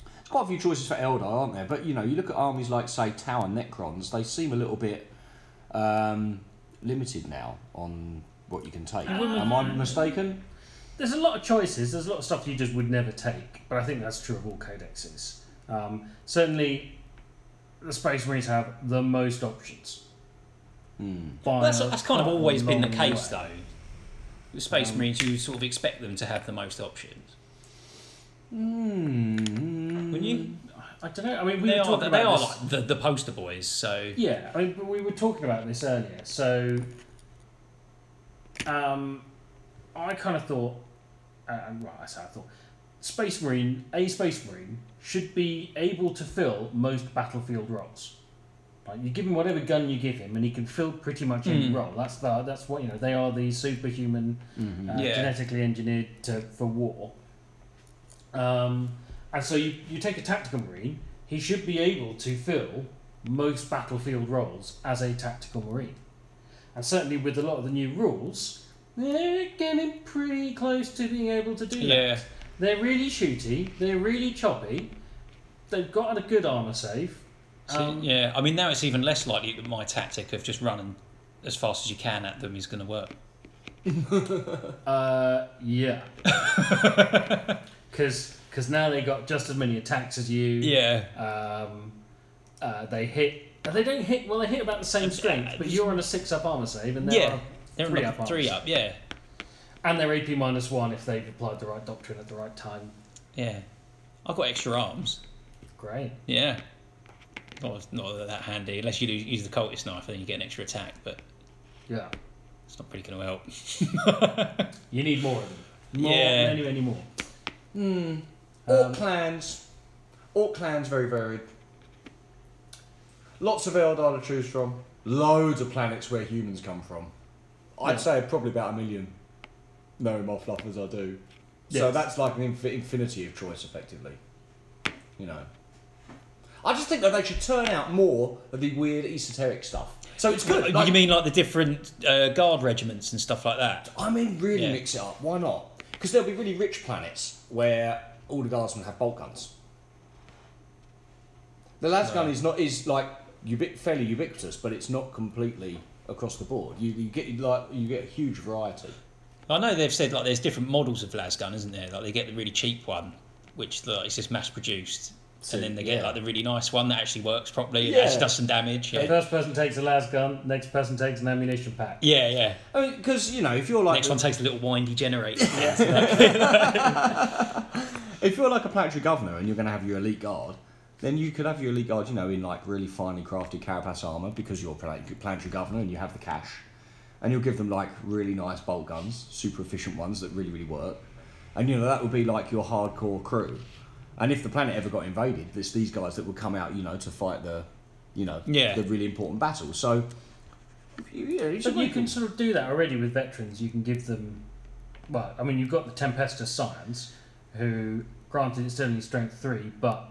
There's quite a few choices for Eldar, aren't there? But you know, you look at armies like say Tau and Necrons. They seem a little bit um, limited now on what you can take. Am I mistaken? There's a lot of choices. There's a lot of stuff you just would never take, but I think that's true of all codexes. Um, certainly, the Space Marines have the most options. By Well, Hmm. that's, a that's kind of quite always been the long way. case, though. The Space Marines, you sort of expect them to have the most options, Hmm. wouldn't you? I don't know. I mean, we they were are, talking they about are this- like the, the poster boys, so Yeah, I mean, but we were talking about this earlier. So, um, I kind of thought, uh, and right, I say I thought, Space Marine, a Space Marine should be able to fill most battlefield roles. Like you give him whatever gun you give him, and he can fill pretty much any Mm. role. That's the, that's what you know. They are the superhuman Mhm. uh, Yeah. genetically engineered to, for war. Um, and so you, you take a tactical marine, he should be able to fill most battlefield roles as a tactical marine. And certainly with a lot of the new rules, they're getting pretty close to being able to do yeah. that. They're really shooty, they're really choppy, they've got a good armour save. So, Um, yeah, I mean now it's even less likely that my tactic of just running as fast as you can at them is going to work. Uh, yeah. Because now they got just as many attacks as you. Yeah, Um, Uh, they hit. They don't hit. Well, they hit about the same strength, but you're on a six up armor save, and they're Yeah. on They're Uh, three three up up, three arms. up, yeah, and they're AP minus one if they've applied the right doctrine at the right time. yeah. I've got extra arms. Great. Yeah, not not that handy unless you do use the cultist knife, then you get an extra attack, but Yeah. it's not really going to help. You need more of them. More, Yeah. many, many more. Um, Orc clans. Orc clans very varied. Lots of Eldar to choose from. Loads of planets where humans come from. I'd Yeah. say probably about a million. Knowing my fluff as I do. So Yes. that's like an inf- infinity of choice, effectively. You know. I just think that they should turn out more of the weird esoteric stuff. So it's good. like- you mean like the different uh, guard regiments and stuff like that? I mean, really Yeah. mix it up. Why not? Because there'll be really rich planets where all the guardsmen have bolt guns. The las gun is not is like ubi- fairly ubiquitous, but it's not completely across the board. You, you get like you get a huge variety. I know they've said like there's different models of lasgun, isn't there? Like they get the really cheap one, which like, is just mass produced, So, and then they get yeah. like the really nice one that actually works properly, and Yeah. actually does some damage. The Yeah, first person takes a las gun, next person takes an ammunition pack. yeah, yeah. I mean, because you know, if you're like Next one takes a little windy generator. if you're like a planetary governor and you're going to have your elite guard, then you could have your elite guard, you know, in like really finely crafted carapace armor because you're plan- planetary governor and you have the cash, and you'll give them like really nice bolt guns, super efficient ones that really really work, and you know that would be like your hardcore crew, and if the planet ever got invaded, it's these guys that would come out, you know, to fight the, you know, Yeah. the really important battles. So. You, you know, you should But you make can it- sort of do that already with veterans. You can give them. Well, I mean, you've got the Tempestor Science, who, granted, it's only strength three, but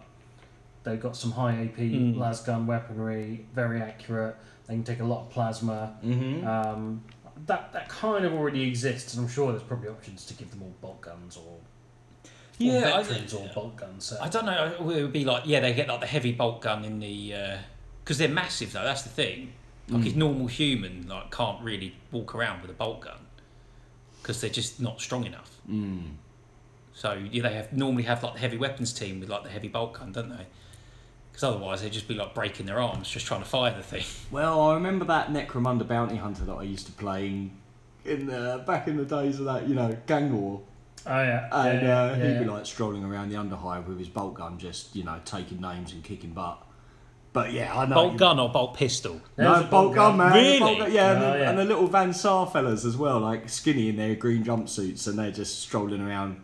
they've got some high AP Mm. las gun weaponry, very accurate. They can take a lot of plasma. Mm-hmm. Um, that that kind of already exists, and I'm sure there's probably options to give them all bolt guns or, or Yeah, I- veterans or bolt guns. So. I don't know. It would be like yeah, they get like the heavy bolt gun in the because they're massive though. That's the thing. Like a normal human like can't really walk around with a bolt gun because they're just not strong enough. Mm. So yeah, they have normally have like the heavy weapons team with like the heavy bolt gun, don't they? Because otherwise they'd just be like breaking their arms just trying to fire the thing. Well, I remember that Necromunda bounty hunter that I used to play in, in the, back in the days of that, you know, gang war. Oh yeah, And yeah, uh, yeah, he'd be yeah. like strolling around the underhive with his bolt gun, just you know, taking names and kicking butt. But yeah, I know. bolt you- gun or bolt pistol. No, There's a bolt, gun, man. Really? Bolt gun- yeah, and, Oh, the, yeah. and the little Van Sar fellas as well, like skinny in their green jumpsuits, and they're just strolling around.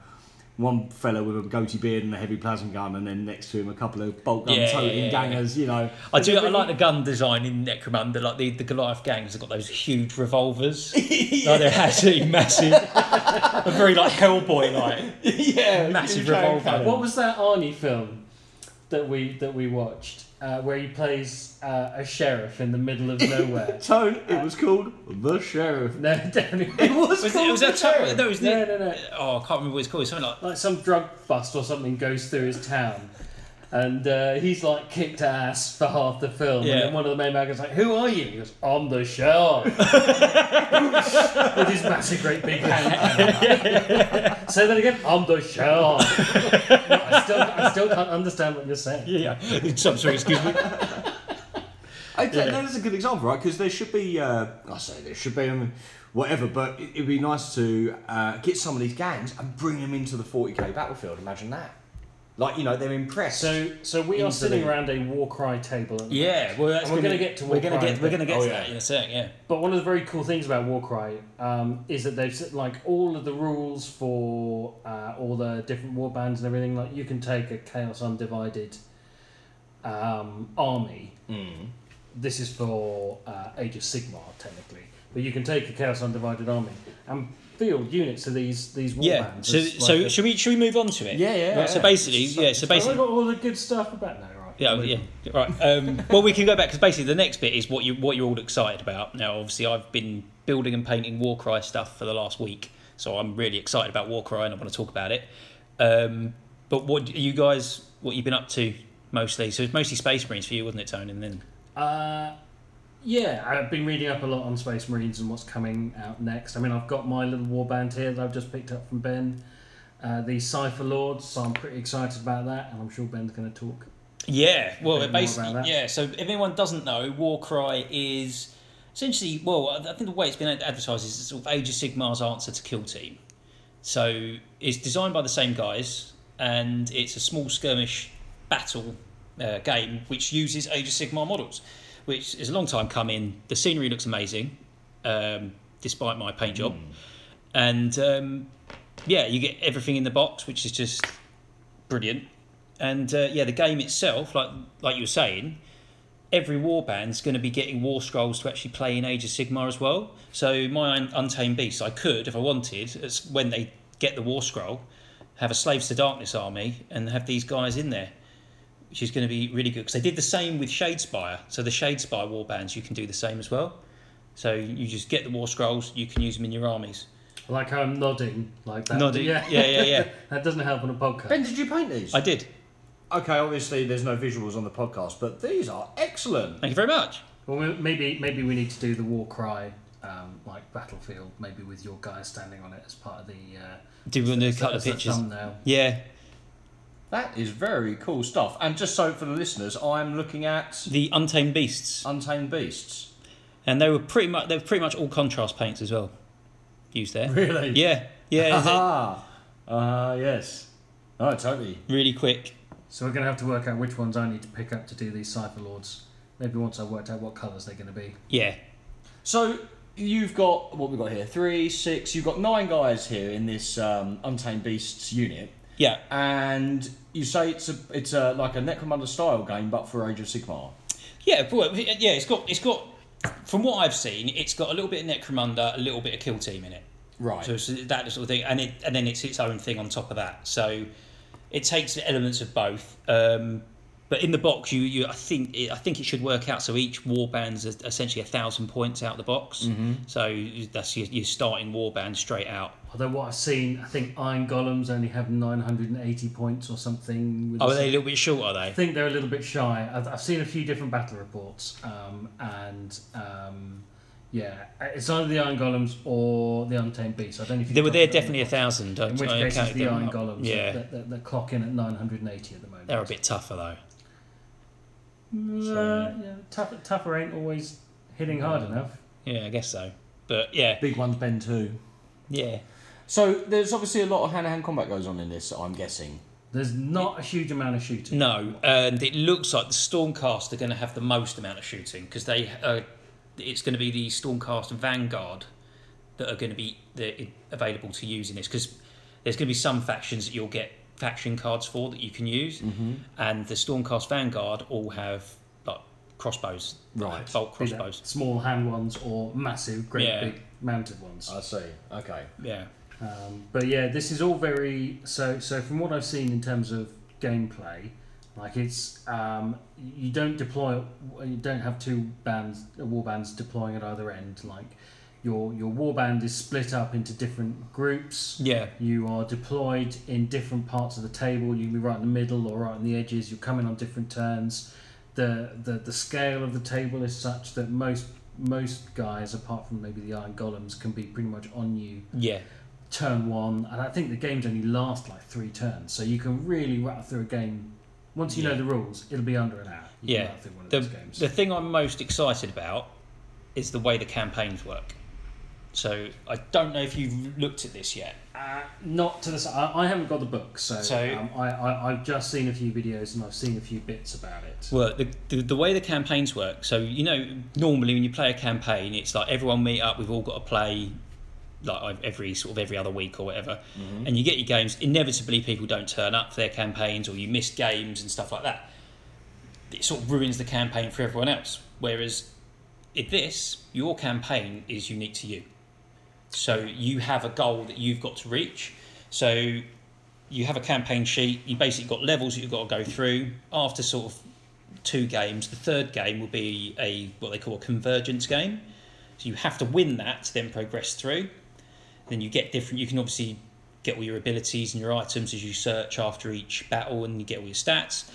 One fella with a goatee beard and a heavy plasma gun, and then next to him a couple of bolt gun Yeah, toting yeah, yeah. gangers, you know. I do. I like the gun design in Necromunda. Like the, the Goliath gangs have got those huge revolvers. like they're absolutely massive. They're very like Hellboy like. yeah, Massive you can revolver. kind of- What was that Arnie film that we that we watched uh, where he plays uh, a sheriff in the middle of nowhere? Tone, it was called The Sheriff. no, don't It was, Was called it, was The that Sheriff. Tupper? No, it was no, the, no, no. Oh, I can't remember what it's called. It's Something like Like some drug bust or something goes through his town. And uh, he's like kicked ass for half the film, Yeah. and then one of the main man goes like, "Who are you?" He goes, "I'm the sheriff," with his massive, great big hand. Say that again. I'm the sheriff. No, I, still, I still can't understand what you're saying. yeah, yeah. Some sorry, excuse me. I, That is a good example, right? Because there should be, uh, I say there should be, I mean, whatever, but it, it'd be nice to uh, get some of these gangs and bring them into the 40k battlefield. Imagine that. Like, you know, they're impressed. So, so we are Into sitting the- around a war cry table. At the Yeah, well, that's And we're gonna- gonna get to we're gonna Warcry, get we're gonna get oh, to yeah. that in a sec. Yeah, But one of the very cool things about Warcry um, is that they've set, like all of the rules for uh, all the different war bands and everything. Like you can take a Chaos Undivided um, army. Mm-hmm. This is for uh, Age of Sigmar technically, but you can take a Chaos Undivided army and field units of these these war yeah. bands. So It's so like a- should we should we move on to it? Yeah, yeah, Right, so yeah. basically, So- yeah. So Have I basically. got all the good stuff about that, right? Yeah, yeah, right. Um, well, we can go back because basically the next bit is what you what you're all excited about. Now, obviously, I've been building and painting Warcry stuff for the last week, so I'm really excited about Warcry and I want to talk about it. Um, but what you guys, what you've been up to mostly? So it's mostly Space Marines for you, wasn't it, Tone? And then Uh, yeah, I've been reading up a lot on Space Marines and what's coming out next. I mean, I've got my little warband here that I've just picked up from Ben, uh, the Cipher Lords, so I'm pretty excited about that, and I'm sure Ben's going to talk Yeah, well, bit it more basically, about that. yeah. So if anyone doesn't know, Warcry is essentially, well, I I think the way it's been advertised is it's sort of Age of Sigmar's answer to Kill Team. So it's designed by the same guys, and it's a small skirmish battle uh, game which uses Age of Sigmar models, which is a long time coming. The scenery looks amazing, um, despite my paint job, Hmm. and um, yeah, you get everything in the box, which is just brilliant. And uh, yeah, the game itself, like like you were saying, every warband's going to be getting war scrolls to actually play in Age of Sigmar as well. So my Un- Untamed Beast, I could, if I wanted, it's when they get the war scroll, have a Slaves to Darkness army and have these guys in there, which is going to be really good because they did the same with Shadespire. So the Shadespire warbands, you can do the same as well. So you just get the war scrolls, you can use them in your armies. I Like how I'm nodding like that. Nodding. Yeah, yeah, yeah. that doesn't help on a podcast. Ben, did you paint these? I did. okay, obviously there's no visuals on the podcast, but these are excellent. Thank you very much. Well, we- maybe maybe we need to do the war cry, um, like battlefield, maybe with your guys standing on it as part of the. Uh, Do we want to as cut the as a pictures? thumbnail. Yeah, That is very cool stuff. And just so for the listeners, I'm looking at the Untamed Beasts, Untamed Beasts. and they were pretty much they were pretty much all contrast paints as well, used there. Really? Uh-huh. Yeah, yeah, is it? Aha. Uh, yes. Oh, totally. really quick. So we're gonna have to work out which ones I need to pick up to do these cipher lords. Maybe once I've worked out what colours they're gonna be. Yeah, So you've got what we got here: three, six. You've got nine guys here in this um, Untamed Beasts unit, yeah, and you say it's a it's a like a Necromunda style game, but for Age of Sigmar. yeah. Well, yeah, it's got it's got. From what I've seen, it's got a little bit of Necromunda, a little bit of Kill Team in it. Right. So it's that sort of thing, and it and then it's its own thing on top of that. So it takes the elements of both. Um, but in the box, you, you I think it, I think it should work out. So each warband's is essentially a thousand points out the box. Mm-hmm. So that's your, your starting warband straight out. Although what I've seen, I think Iron Golems only have 980 points or something. With Oh, the are they a little bit short? Are I they? think they're a little bit shy. I've, I've seen a few different battle reports, um, and um, yeah, it's either the Iron Golems or the Untamed Beast. I don't know if you They were covered there that in definitely the a thousand. I, In which I case, it's counted the them Iron up. Golems Yeah, that, that, that clock in at 980 at the moment. they're a bit tougher though. Uh, yeah, tough, tougher ain't always hitting hard enough. Yeah, I guess so. But yeah, Big one's Ben too. yeah. So there's obviously a lot of hand-to-hand combat goes on in this. I'm guessing. There's not a huge amount of shooting. No, and it looks like the Stormcast are going to have the most amount of shooting because they uh, it's going to be the Stormcast Vanguard that are going to be the, available to use in this because there's going to be some factions that you'll get faction cards for that you can use, Mm-hmm. and the Stormcast Vanguard all have like crossbows, Right. bolt Be that crossbows. Small hand ones or massive, great Yeah. big mounted ones. I see. Okay. Yeah, Um, but yeah, this is all very so. So from what I've seen in terms of gameplay, like it's um, you don't deploy, you don't have two bands, uh, war bands deploying at either end. Like your your war band is split up into different groups. yeah, You are deployed in different parts of the table. You can be right in the middle or right on the edges. You're coming on different turns. The, the the scale of the table is such that most most guys, apart from maybe the Iron Golems, can be pretty much on you yeah. turn one, and I think the games only last like three turns, so you can really rattle through a game. Once you know Yeah. the rules, it'll be under an hour. You Yeah. can rattle through one of The, those games. the thing I'm most excited about is the way the campaigns work. So I don't know if you've looked at this yet. uh, not to the. s- I, I haven't got the book, so, So- um, I, I I've just seen a few videos and I've seen a few bits about it. Well, the, the, the way the campaigns work, so you know, normally when you play a campaign, it's like everyone meet up, we've all got to play like every sort of every other week or whatever, and you get your games. Inevitably, people don't turn up for their campaigns or you miss games and stuff like that. It sort of ruins the campaign for everyone else. Whereas in this, your campaign is unique to you. So you have a goal that you've got to reach. So you have a campaign sheet, you basically got levels that you've got to go through. After sort of two games. The third game will be a what they call a convergence game. So you have to win that to then progress through. Then you get different. You can obviously get all your abilities and your items as you search after each battle, and you get all your stats.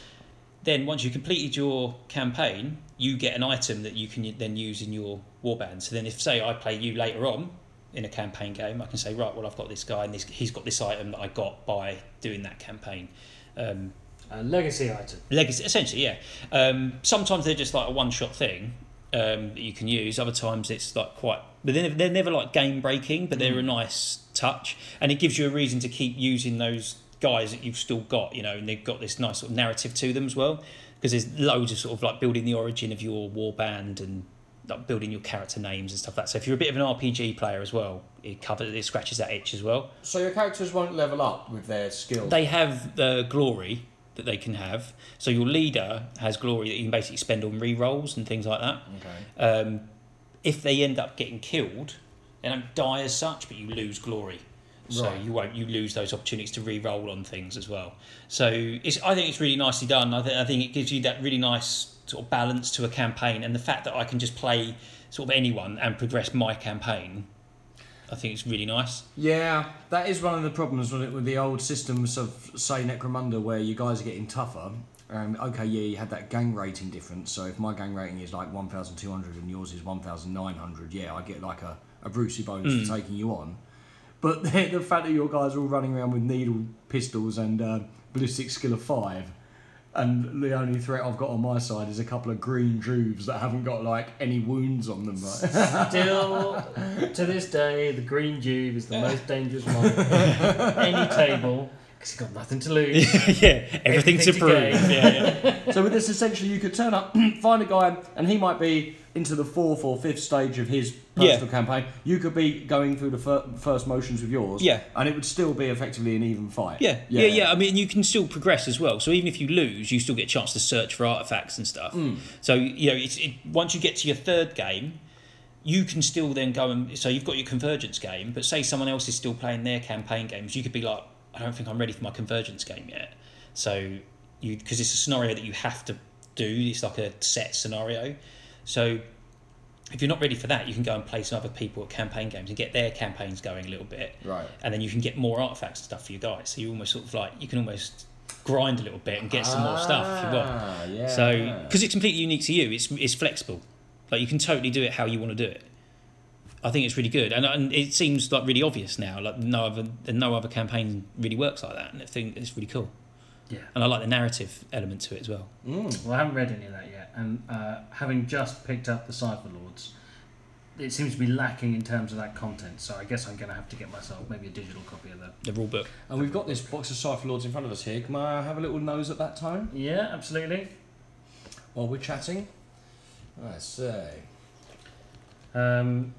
Then once you completed your campaign, you get an item that you can then use in your warband. So then, if say I play you later on in a campaign game, I can say right, well I've got this guy and this, he's got this item that I got by doing that campaign. Um, A Uh, legacy item. legacy essentially yeah um, sometimes they're just like a one shot thing um, that you can use other times it's like quite but they're, they're never like game breaking but they're a nice touch and it gives you a reason to keep using those guys that you've still got you know and they've got this nice sort of narrative to them as well because there's loads of sort of like building the origin of your war band and like building your character names and stuff like that so if you're a bit of an rpg player as well it covers it scratches that itch as well So your characters won't level up with their skill. they have the glory that they can have. So your leader has glory that you can basically spend on rerolls and things like that. okay. Um, if they end up getting killed, they don't die as such, but you lose glory. So Right. you won't you lose those opportunities to re-roll on things as well. So it's I think it's really nicely done. I, th- I think it gives you that really nice sort of balance to a campaign, and the fact that I can just play sort of anyone and progress my campaign, I think it's really nice. Yeah, that is one of the problems with it with the old systems of say Necromunda, where you guys are getting tougher. Um, okay, yeah, you had that gang rating difference. So if my gang rating is like one thousand two hundred and yours is one thousand nine hundred, yeah, I get like a, a Brucey bonus for taking you on. But the, the fact that your guys are all running around with needle pistols and uh, ballistic skill of five, and the only threat I've got on my side is a couple of green druids that haven't got like any wounds on them, right? Still, to this day, the green cube is the most dangerous one at any table because you've got nothing to lose. yeah, everything's Everything to improved. gain. Yeah, yeah. So with this, essentially, you could turn up, find a guy, and he might be into the fourth or fifth stage of his personal Yeah. campaign. You could be going through the fir- first motions with yours, Yeah. and it would still be effectively an even fight. Yeah, yeah, yeah. I mean, you can still progress as well. So even if you lose, you still get a chance to search for artifacts and stuff. So you know, it's, it, once you get to your third game, you can still then go and so you've got your convergence game. But say someone else is still playing their campaign games, you could be like, I don't think I'm ready for my convergence game yet. So you because it's a scenario that you have to do. It's like a set scenario. So if you're not ready for that, you can go and play some other people at campaign games and get their campaigns going a little bit Right. and then you can get more artifacts and stuff for your guys. So you almost sort of like you can almost grind a little bit and get some more stuff if you want. Ah, Yeah. So because it's completely unique to you, it's it's flexible. Like you can totally do it how you want to do it. I think it's really good, and, and it seems like really obvious now. Like no other and no other campaign really works like that, and I think it's really cool. Yeah. and I like the narrative element to it as well. Well, I haven't read any of that yet, and uh, having just picked up the Cypher Lords, it seems to be lacking in terms of that content. So I guess I'm going to have to get myself maybe a digital copy of that. The rule book. and we've got this box of Cypher Lords in front of us here. Can I have a little nose at that time Yeah, absolutely. while we're chatting? I say. Um,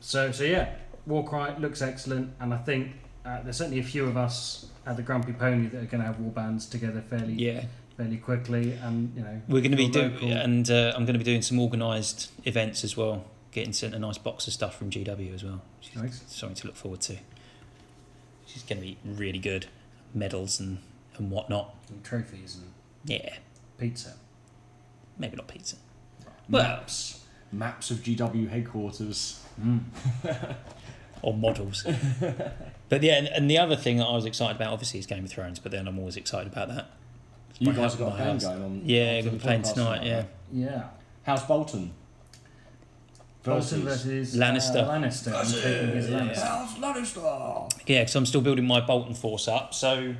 so so yeah, Warcry looks excellent, and I think uh, there's certainly a few of us at the Grumpy Pony that are going to have warbands together fairly Yeah, fairly quickly, and you know we're going to be your doing, local- and uh, I'm going to be doing some organised events as well. Getting sent a nice box of stuff from GW as well. Nice. something to look forward to. She's going to be really good, medals and and whatnot. and trophies and Yeah, pizza. maybe not pizza. Well- Maps. Maps of GW headquarters. or models. but yeah, and, and the other thing that I was excited about, obviously, is Game of Thrones. But then I'm always excited about that. You My house- guys have got my a game house. going on. Yeah, after going to the be playing podcast tonight. tonight, Yeah, right? Yeah, House Bolton. Bolton versus uh, Lannister. Lannister. I'm taking his Lannister. House Lannister. yeah. Because I'm still building my Bolton force up. So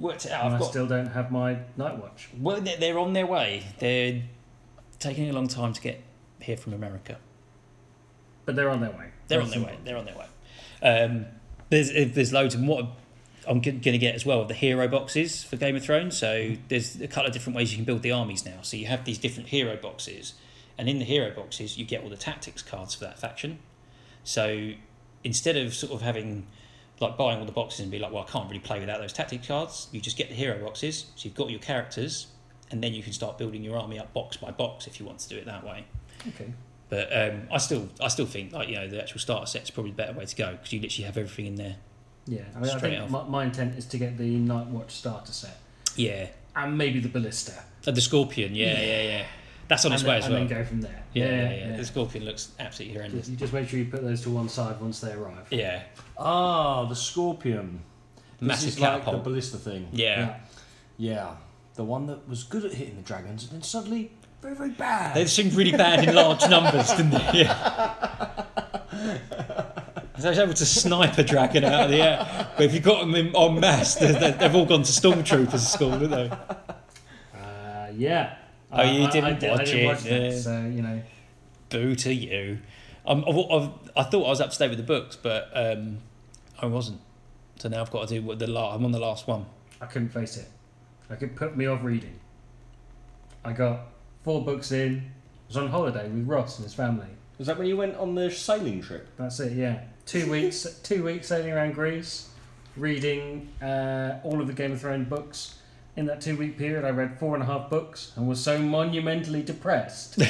worked it out. And I've I got. still don't have my night watch. Well, they're they're on their way. They're taking a long time to get here from America. But they're on their way. They're on their way. They're on their way. Um, there's if there's loads, and what I'm going to get as well are the hero boxes for Game of Thrones. So there's a couple of different ways you can build the armies now. So you have these different hero boxes, and in the hero boxes you get all the tactics cards for that faction. So instead of sort of having like buying all the boxes and be like, well, I can't really play without those tactics cards. You just get the hero boxes. So you've got your characters, and then you can start building your army up box by box if you want to do it that way. Okay. But um, I still, I still think like you know the actual starter set's probably the better way to go because you literally have everything in there. Yeah, I, mean, I Straight think off. my, my intent is to get the night watch starter set Yeah, and maybe the ballista. Uh, the scorpion. Yeah, yeah, yeah. That's on and its then, way as and well. then go from there. yeah, yeah, yeah, The scorpion looks absolutely horrendous. Just, you just make sure you put those to one side once they arrive. Yeah, Ah, the Scorpion. This Massive is like the catapult. ballista thing. yeah. Yeah, the one that was good at hitting the dragons and then suddenly very very bad. They seemed really bad in large numbers, didn't they? Yeah. So I was able to snipe a dragon out of the air. But if you've got them in, en masse, they're, they're, they've all gone to stormtroopers school, haven't they? Uh, yeah. Oh, you I- I- didn't I, did, watch I didn't it, watch that, yeah. so you know. Boo to you. Um, I've, I've, I thought I was up to date with the books, but um, I wasn't. So now I've got to do what the last. I'm on the last one. I couldn't face it. Like it put me off reading. I got four books in. I was on holiday with Ross and his family. Was that when you went on the sailing trip? That's it. Yeah, two weeks. two weeks sailing around Greece, reading uh, all of the Game of Thrones books. In that two-week period, I read four and a half books and was so monumentally depressed.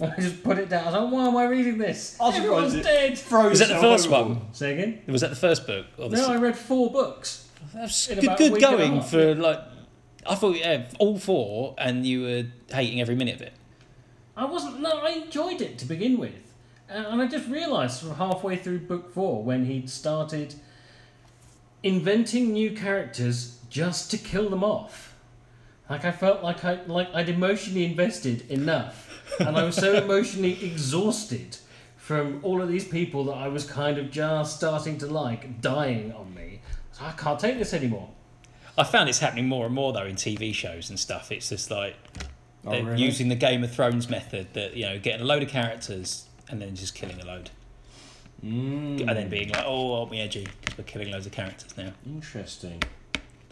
I just put it down. I was like, "Why am I reading this? I was Everyone's surprised dead." Was that the first one? Say again. Was that the first book? Or the No, se- I read four books. That's in good, about a good week and a going half. for like. I thought yeah, all four, and you were hating every minute of it. I wasn't. No, I enjoyed it to begin with, uh, and I just realised from halfway through book four when he'd started inventing new characters just to kill them off. Like I felt like I like I'd emotionally invested enough, and I was so emotionally exhausted from all of these people that I was kind of just starting to like dying on me. So I can't take this anymore. I found it's happening more and more though in TV shows and stuff. It's just like Oh, they're really? using the Game of Thrones method that you know, getting a load of characters and then just killing a load, Mm, and then being like, "Oh, aren't we edgy? 'Cause we're killing loads of characters now." interesting.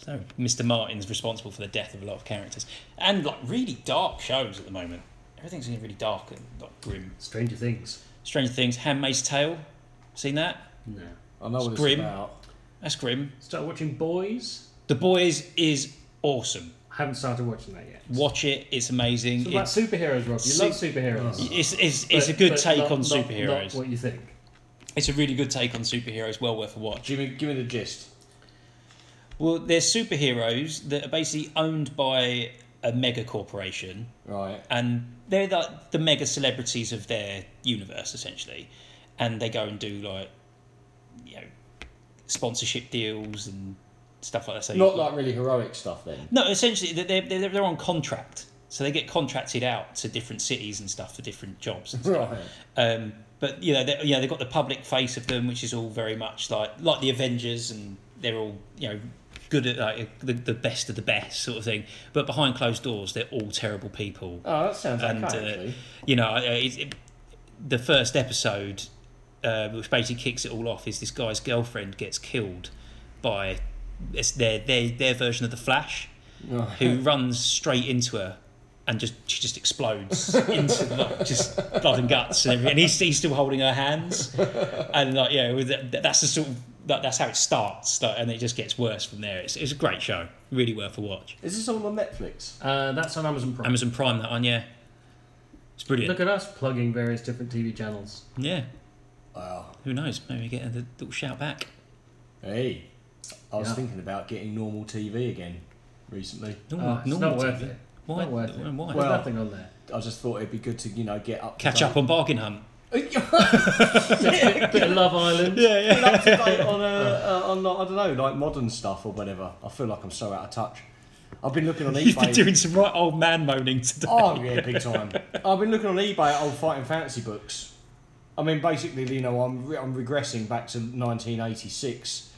So Mr. Martin's responsible for the death of a lot of characters, and like really dark shows at the moment. Everything's getting really dark and like grim. Stranger Things. Stranger Things, Handmaid's Tale, seen that? No. I know what it's Scream. about. That's grim. Start watching Boys. The Boys is awesome. I haven't started watching that yet. Watch it. It's amazing. It's about It's superheroes, Rob. You Su- Oh. love superheroes. it's, it's, it's a But- good but take not- on not- superheroes. Not what you think? It's a really good take on superheroes, well worth a watch. Give me, give me the gist. Well, they're superheroes that are basically owned by a mega corporation, Right. and they're the, the mega celebrities of their universe, essentially. And they go and do like, you know, sponsorship deals and stuff like that. So Not like really heroic stuff then. no, essentially they're, they're, they're- they're on contract, so they get contracted out to different cities and stuff for different jobs. and stuff. Right. Um, but you know, they, you know, they've got the public face of them, which is all very much like like the Avengers, and they're all you know good at like the, the best of the best sort of thing. But behind closed doors, they're all terrible people. Oh, that sounds okay, And, uh, actually. You know, uh, it, it, the first episode, uh, which basically kicks it all off, is this guy's girlfriend gets killed by it's their their their version of the Flash Right. Uh-huh. who runs straight into her and just she just explodes into like, just blood and guts and everything. And he's, he's still holding her hands, and like yeah, with that, that's the sort of that, that's how it starts, like, and it just gets worse from there. It's, it's a great show, really worth a watch. Is this all on Netflix? Uh, that's on Amazon Prime. Amazon Prime that on yeah, it's brilliant. Look at us plugging various different TV channels. yeah, Wow. who knows? Maybe we get a little shout back. Hey, I was Yeah. thinking about getting normal TV again recently. Normal- Ah, it's normal not worth TV. it. Why? Not worth it. Why? There's Well- nothing on there. I just thought it'd be good to, you know, get up. to Catch date- up on Bargain Hunt. Bit of Love Island. Yeah, yeah. Get up to date on, uh, uh, on like, I don't know, like modern stuff or whatever. I feel like I'm so out of touch. I've been looking on You've been eBay. doing some right old man moaning today. oh yeah, big time. I've been looking on eBay at old fighting fantasy books. I mean, basically, you know, I'm re- I'm regressing back to 1986.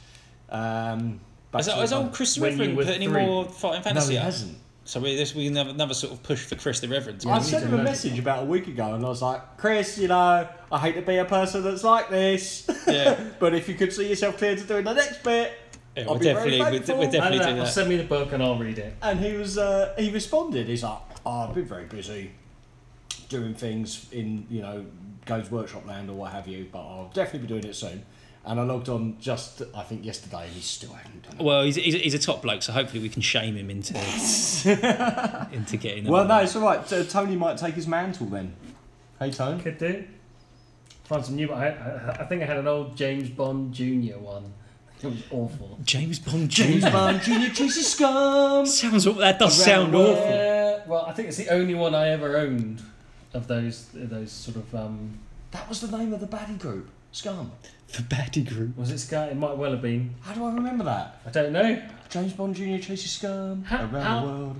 Um, back Has, to has the- old Chris the when you Reverend were put any three. more fighting No, fantasy he out? hasn't. So we this we can have another sort of push for Chris the Reverend. I we sent need him to a know. message about a week ago, and I was like, "Chris, you know, I hate to be a person that's like this, Yeah. but if you could see yourself clear to doing the next bit, Yeah, I'll we're be definitely we're, very de- thankful." we're And definitely that- doing that. Send me the book and I'll read it. And he was uh, he responded. He's like, oh, "I've been very busy doing things in you know Goes Workshop land or what have you, but I'll definitely be doing it soon." And I logged on just I think yesterday, and he still hadn't done it. Well, he's, he's, he's a top bloke, so hopefully we can shame him into into getting. Oh, Well, no, another- it's all right. T- Tony might take his mantle then. Hey, Tony. Could do. Find some new. I, I, I think I had an old James Bond Junior one. It was awful. James Bond James James Bond Junior chases scum. sounds awful. That does Around sound the world. awful. Yeah, Uh, well, I think it's the only one I ever owned of those those sort of um, That was the name of the baddie group, Scum. The baddie group. Was it Sky? It might well have been. How do I remember that? I don't know. James Bond Junior chases scum How- around how- the world.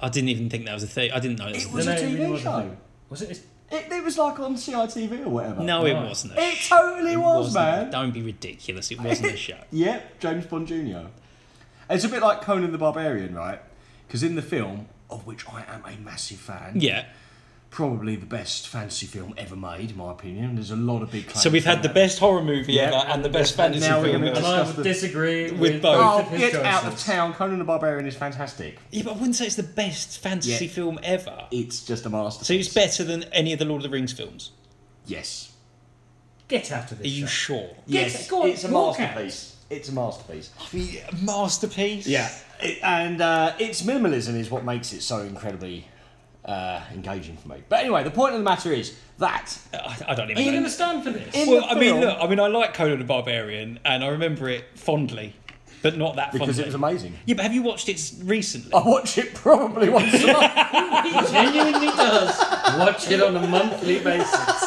I didn't even think that was a thing. I didn't know. It It was was a No, it TV really wasn't. show. Was it? It, it was like on CITV or whatever. No, it Right. wasn't. A It sh- totally was, wasn't a- man. Don't be ridiculous. It wasn't a show. Yep, James Bond Jr. It's a bit like Conan the Barbarian, right? Because in the film, of which I am a massive fan, Yeah. probably the best fantasy film ever made, in my opinion. There's a lot of big. So we've had the best horror movie Yeah, ever and the best and fantasy now we're film gonna ever. And I Discuss would the- disagree both. with, both Oh, of his get choices. out of town! Conan the Barbarian is fantastic. Yeah, but I wouldn't say it's the best fantasy Yeah. film ever. It's just a masterpiece. So it's better than any of the Lord of the Rings films. Yes. Get out of Are this. you show. sure? Yes, yes. go on, it's a walk masterpiece. It's a masterpiece. The masterpiece. Yeah, it, and uh, its minimalism is what makes it so incredibly uh, engaging for me. But anyway, the point of the matter is that I, I don't Are you even going know. to stand for this? in Well, the I mean, film- look. I mean, I like Conan the Barbarian, and I remember it fondly, but not that because fondly. it was Oh. amazing. yeah, but have you watched it recently? I watch it probably once a month. He genuinely does watch it on a monthly basis.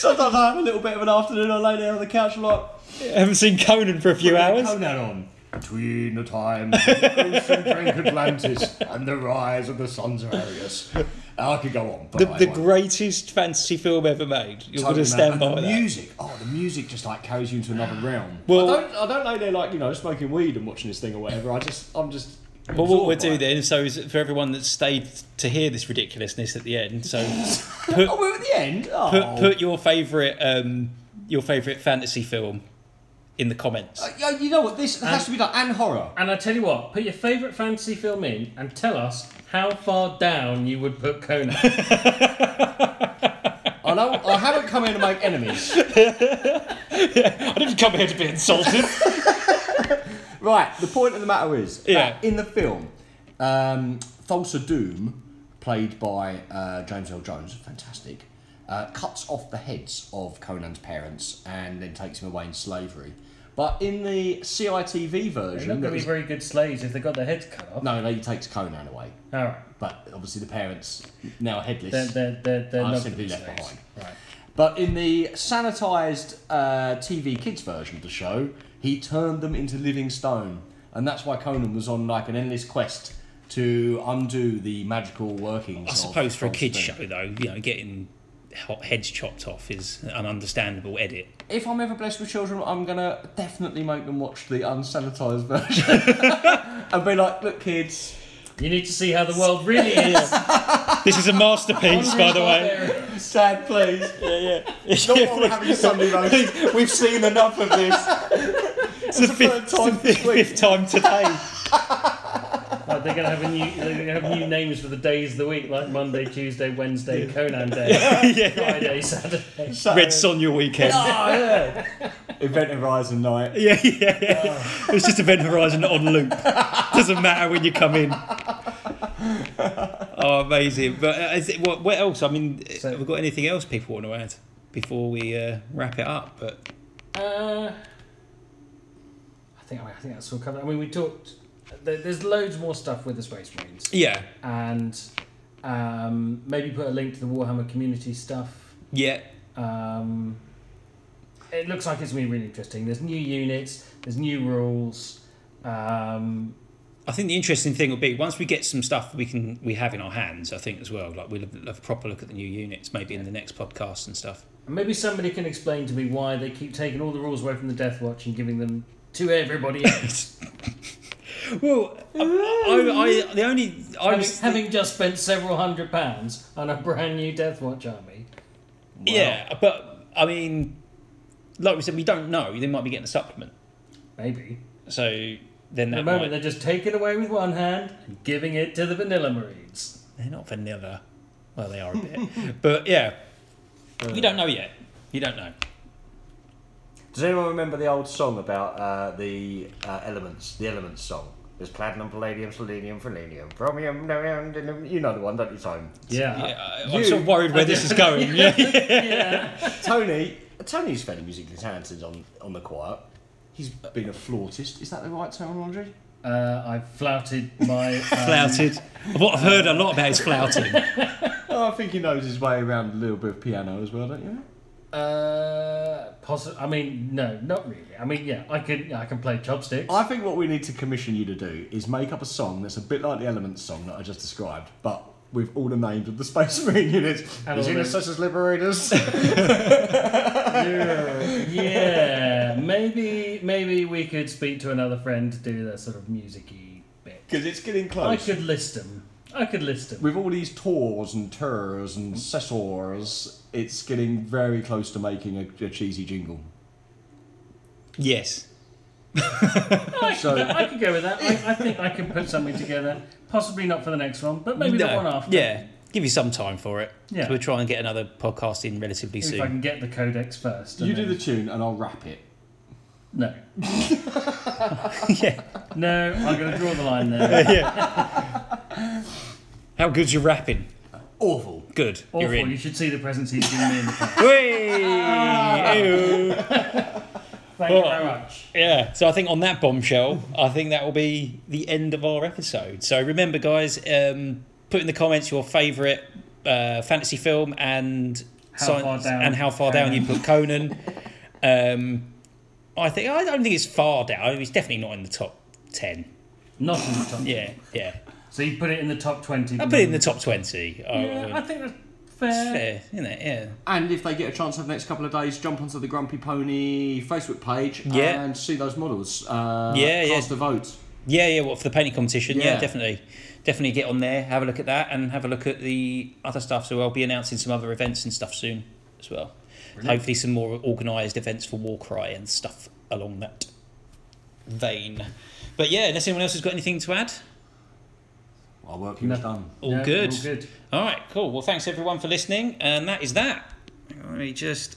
Sometimes I have a little bit of an afternoon. I lay down on the couch a lot. I haven't seen Conan for a few hours. Conan on. Between the time and drank Atlantis and the rise of the sons of Arius. I could go on, but The, I the won't. greatest fantasy film ever made. You're going to Totally, man. stand and by the that. music. Oh, the music just like carries you into another realm. Well- I don't, I don't know. They're like you know smoking weed and watching this thing or whatever. I just, I'm just. Well, what we'll absorbed by do it. then, so is for everyone that stayed to hear this ridiculousness at the end, so put Oh, we're at the end. Oh. put, put your favourite um, your favourite fantasy film in the comments. Uh, yeah, you know what? This has to be done and horror. And I tell you what, put your favourite fantasy film in and tell us how far down you would put Conan. I know. I haven't come here to make enemies. I didn't come here to be insulted. Right. The point of the matter is that Yeah. in the film, um, Thulsa Doom, played by uh, James L. Jones, fantastic, uh, cuts off the heads of Conan's parents and then takes him away in slavery. But in the CITV They're version, not going to that be was- very good slaves if they got their heads cut off. No, no, he takes Conan away. All right. But obviously the parents now headless. They're, they're, they're, they're I'll not simply good left slaves. behind. Right. But in the sanitised uh, TV kids version of the show, he turned them into living stone. And that's why Conan was on like an endless quest to undo the magical workings. I of suppose for a God's kids thing. show though, you know, getting hot heads chopped off is an understandable edit. If I'm ever blessed with children, I'm gonna definitely make them watch the unsanitised version and be like, "Look, kids, You need to see how the world really is. This is a masterpiece, by the way. sad, please." Oh, Yeah, Not what we're having Sunday roast. We've seen enough of this. It's the fifth, third time it's the this week. fifth time today. Like they're going to have a new they're going to have new names for the days of the week, like Monday, Tuesday, Wednesday, Conan Day, Friday, Saturday. Red Sonja weekend. oh, Event Horizon night. Yeah, yeah, yeah. It's just Event Horizon on loop. Doesn't matter when you come in. Oh, amazing! But uh, is it, what, what else? I mean, So- have we got anything else people want to add before we uh, wrap it up? But Uh, I think I, mean, I think that's all covered. I mean, we talked. There, there's loads more stuff with the Space Marines, yeah, and um, maybe put a link to the Warhammer community stuff. yeah, Um, it looks like it's going to be really interesting. There's new units. There's new rules. Um, I think the interesting thing will be once we get some stuff we can we have in our hands. I think as well, like we'll have a proper look at the new units, maybe in the next podcast and stuff. And Maybe somebody can explain to me why they keep taking all the rules away from the Death Watch and giving them to everybody else. Well, I, I, I the only I having, was having just spent several hundred pounds on a brand new Death Watch army. yeah, but I mean, like we said, we don't know. They might be getting a supplement. Maybe. So then that At the moment, might, they're just taking away with one hand and giving it to the Vanilla Marines. they're not vanilla. Well, they are a bit, but yeah, you don't know yet. You don't know. Does anyone remember the old song about uh, the uh, elements, the elements song? There's platinum, palladium, selenium, selenium, chromium, you know the one, don't you, Tony? Yeah. Yeah, I- I'm you- sort of worried where this is going. Uh, Yeah, Tony, Tony's fairly musically talented on, on the quiet. He's been a flautist, is that the right terminology? Uh, I've flouted my. Um, flouted. What I've heard a lot about is flouting. Oh, I think he knows his way around a little bit of piano as well, don't you? uh, possi- I mean, no, not really. I mean, yeah, I can, I can play chopsticks. I think what we need to commission you to do is make up a song that's a bit like the elements song that I just described, but with all the names of the Space Marine units. And Is all it the- Assassin's Liberators? yeah, yeah. Maybe maybe we could speak to another friend to do that sort of musicy bit. Because it's getting I close. could list them. I could list them. with all these tours and tours and sessors, it's getting very close to making a, a cheesy jingle. Yes. I, So- could, I could go with that. I, I think I could put something together. Possibly not for the next one, but maybe the No. one after. Yeah. Give you some time for it. Yeah. So we'll try and get another podcast in relatively If I soon. can get the codex first. and You do then- the tune and I'll rap it. No. yeah. No, I'm going to draw the line there. How good's your rapping? Awful. Good. You're Awful. in. You should see the presents he's giving me in the past. Whey! Ew. Thank you Oh. very much. Yeah, so I think on that bombshell, I think that will be the end of our episode. So remember, guys, um, put in the comments your favourite uh, fantasy film and How science- far down and how far down you Conan. put Conan. um, I think I don't think it's far down. It's definitely not in the top ten. Not in the top. Yeah, yeah. So you put it in the top 20. I put it in the top twenty. I- Yeah, I I- think that's it's fair. fair, isn't it? Yeah. And if they get a chance over the next couple of days, jump onto the Grumpy Pony Facebook page Yeah. and see those models. Uh, Yeah, yeah. Cast a vote. Yeah, yeah, well, for the painting competition, yeah. Yeah. definitely. Definitely get on there, have a look at that, and have a look at the other stuff. So I'll be announcing some other events and stuff soon as well. Hopefully, some more organised events for Warcry and stuff along that vein. But yeah, unless anyone else has got anything to add, Our work here is No. done. all Yeah, good. All good. All right, cool. Well, thanks everyone for listening, and that is that. Let me just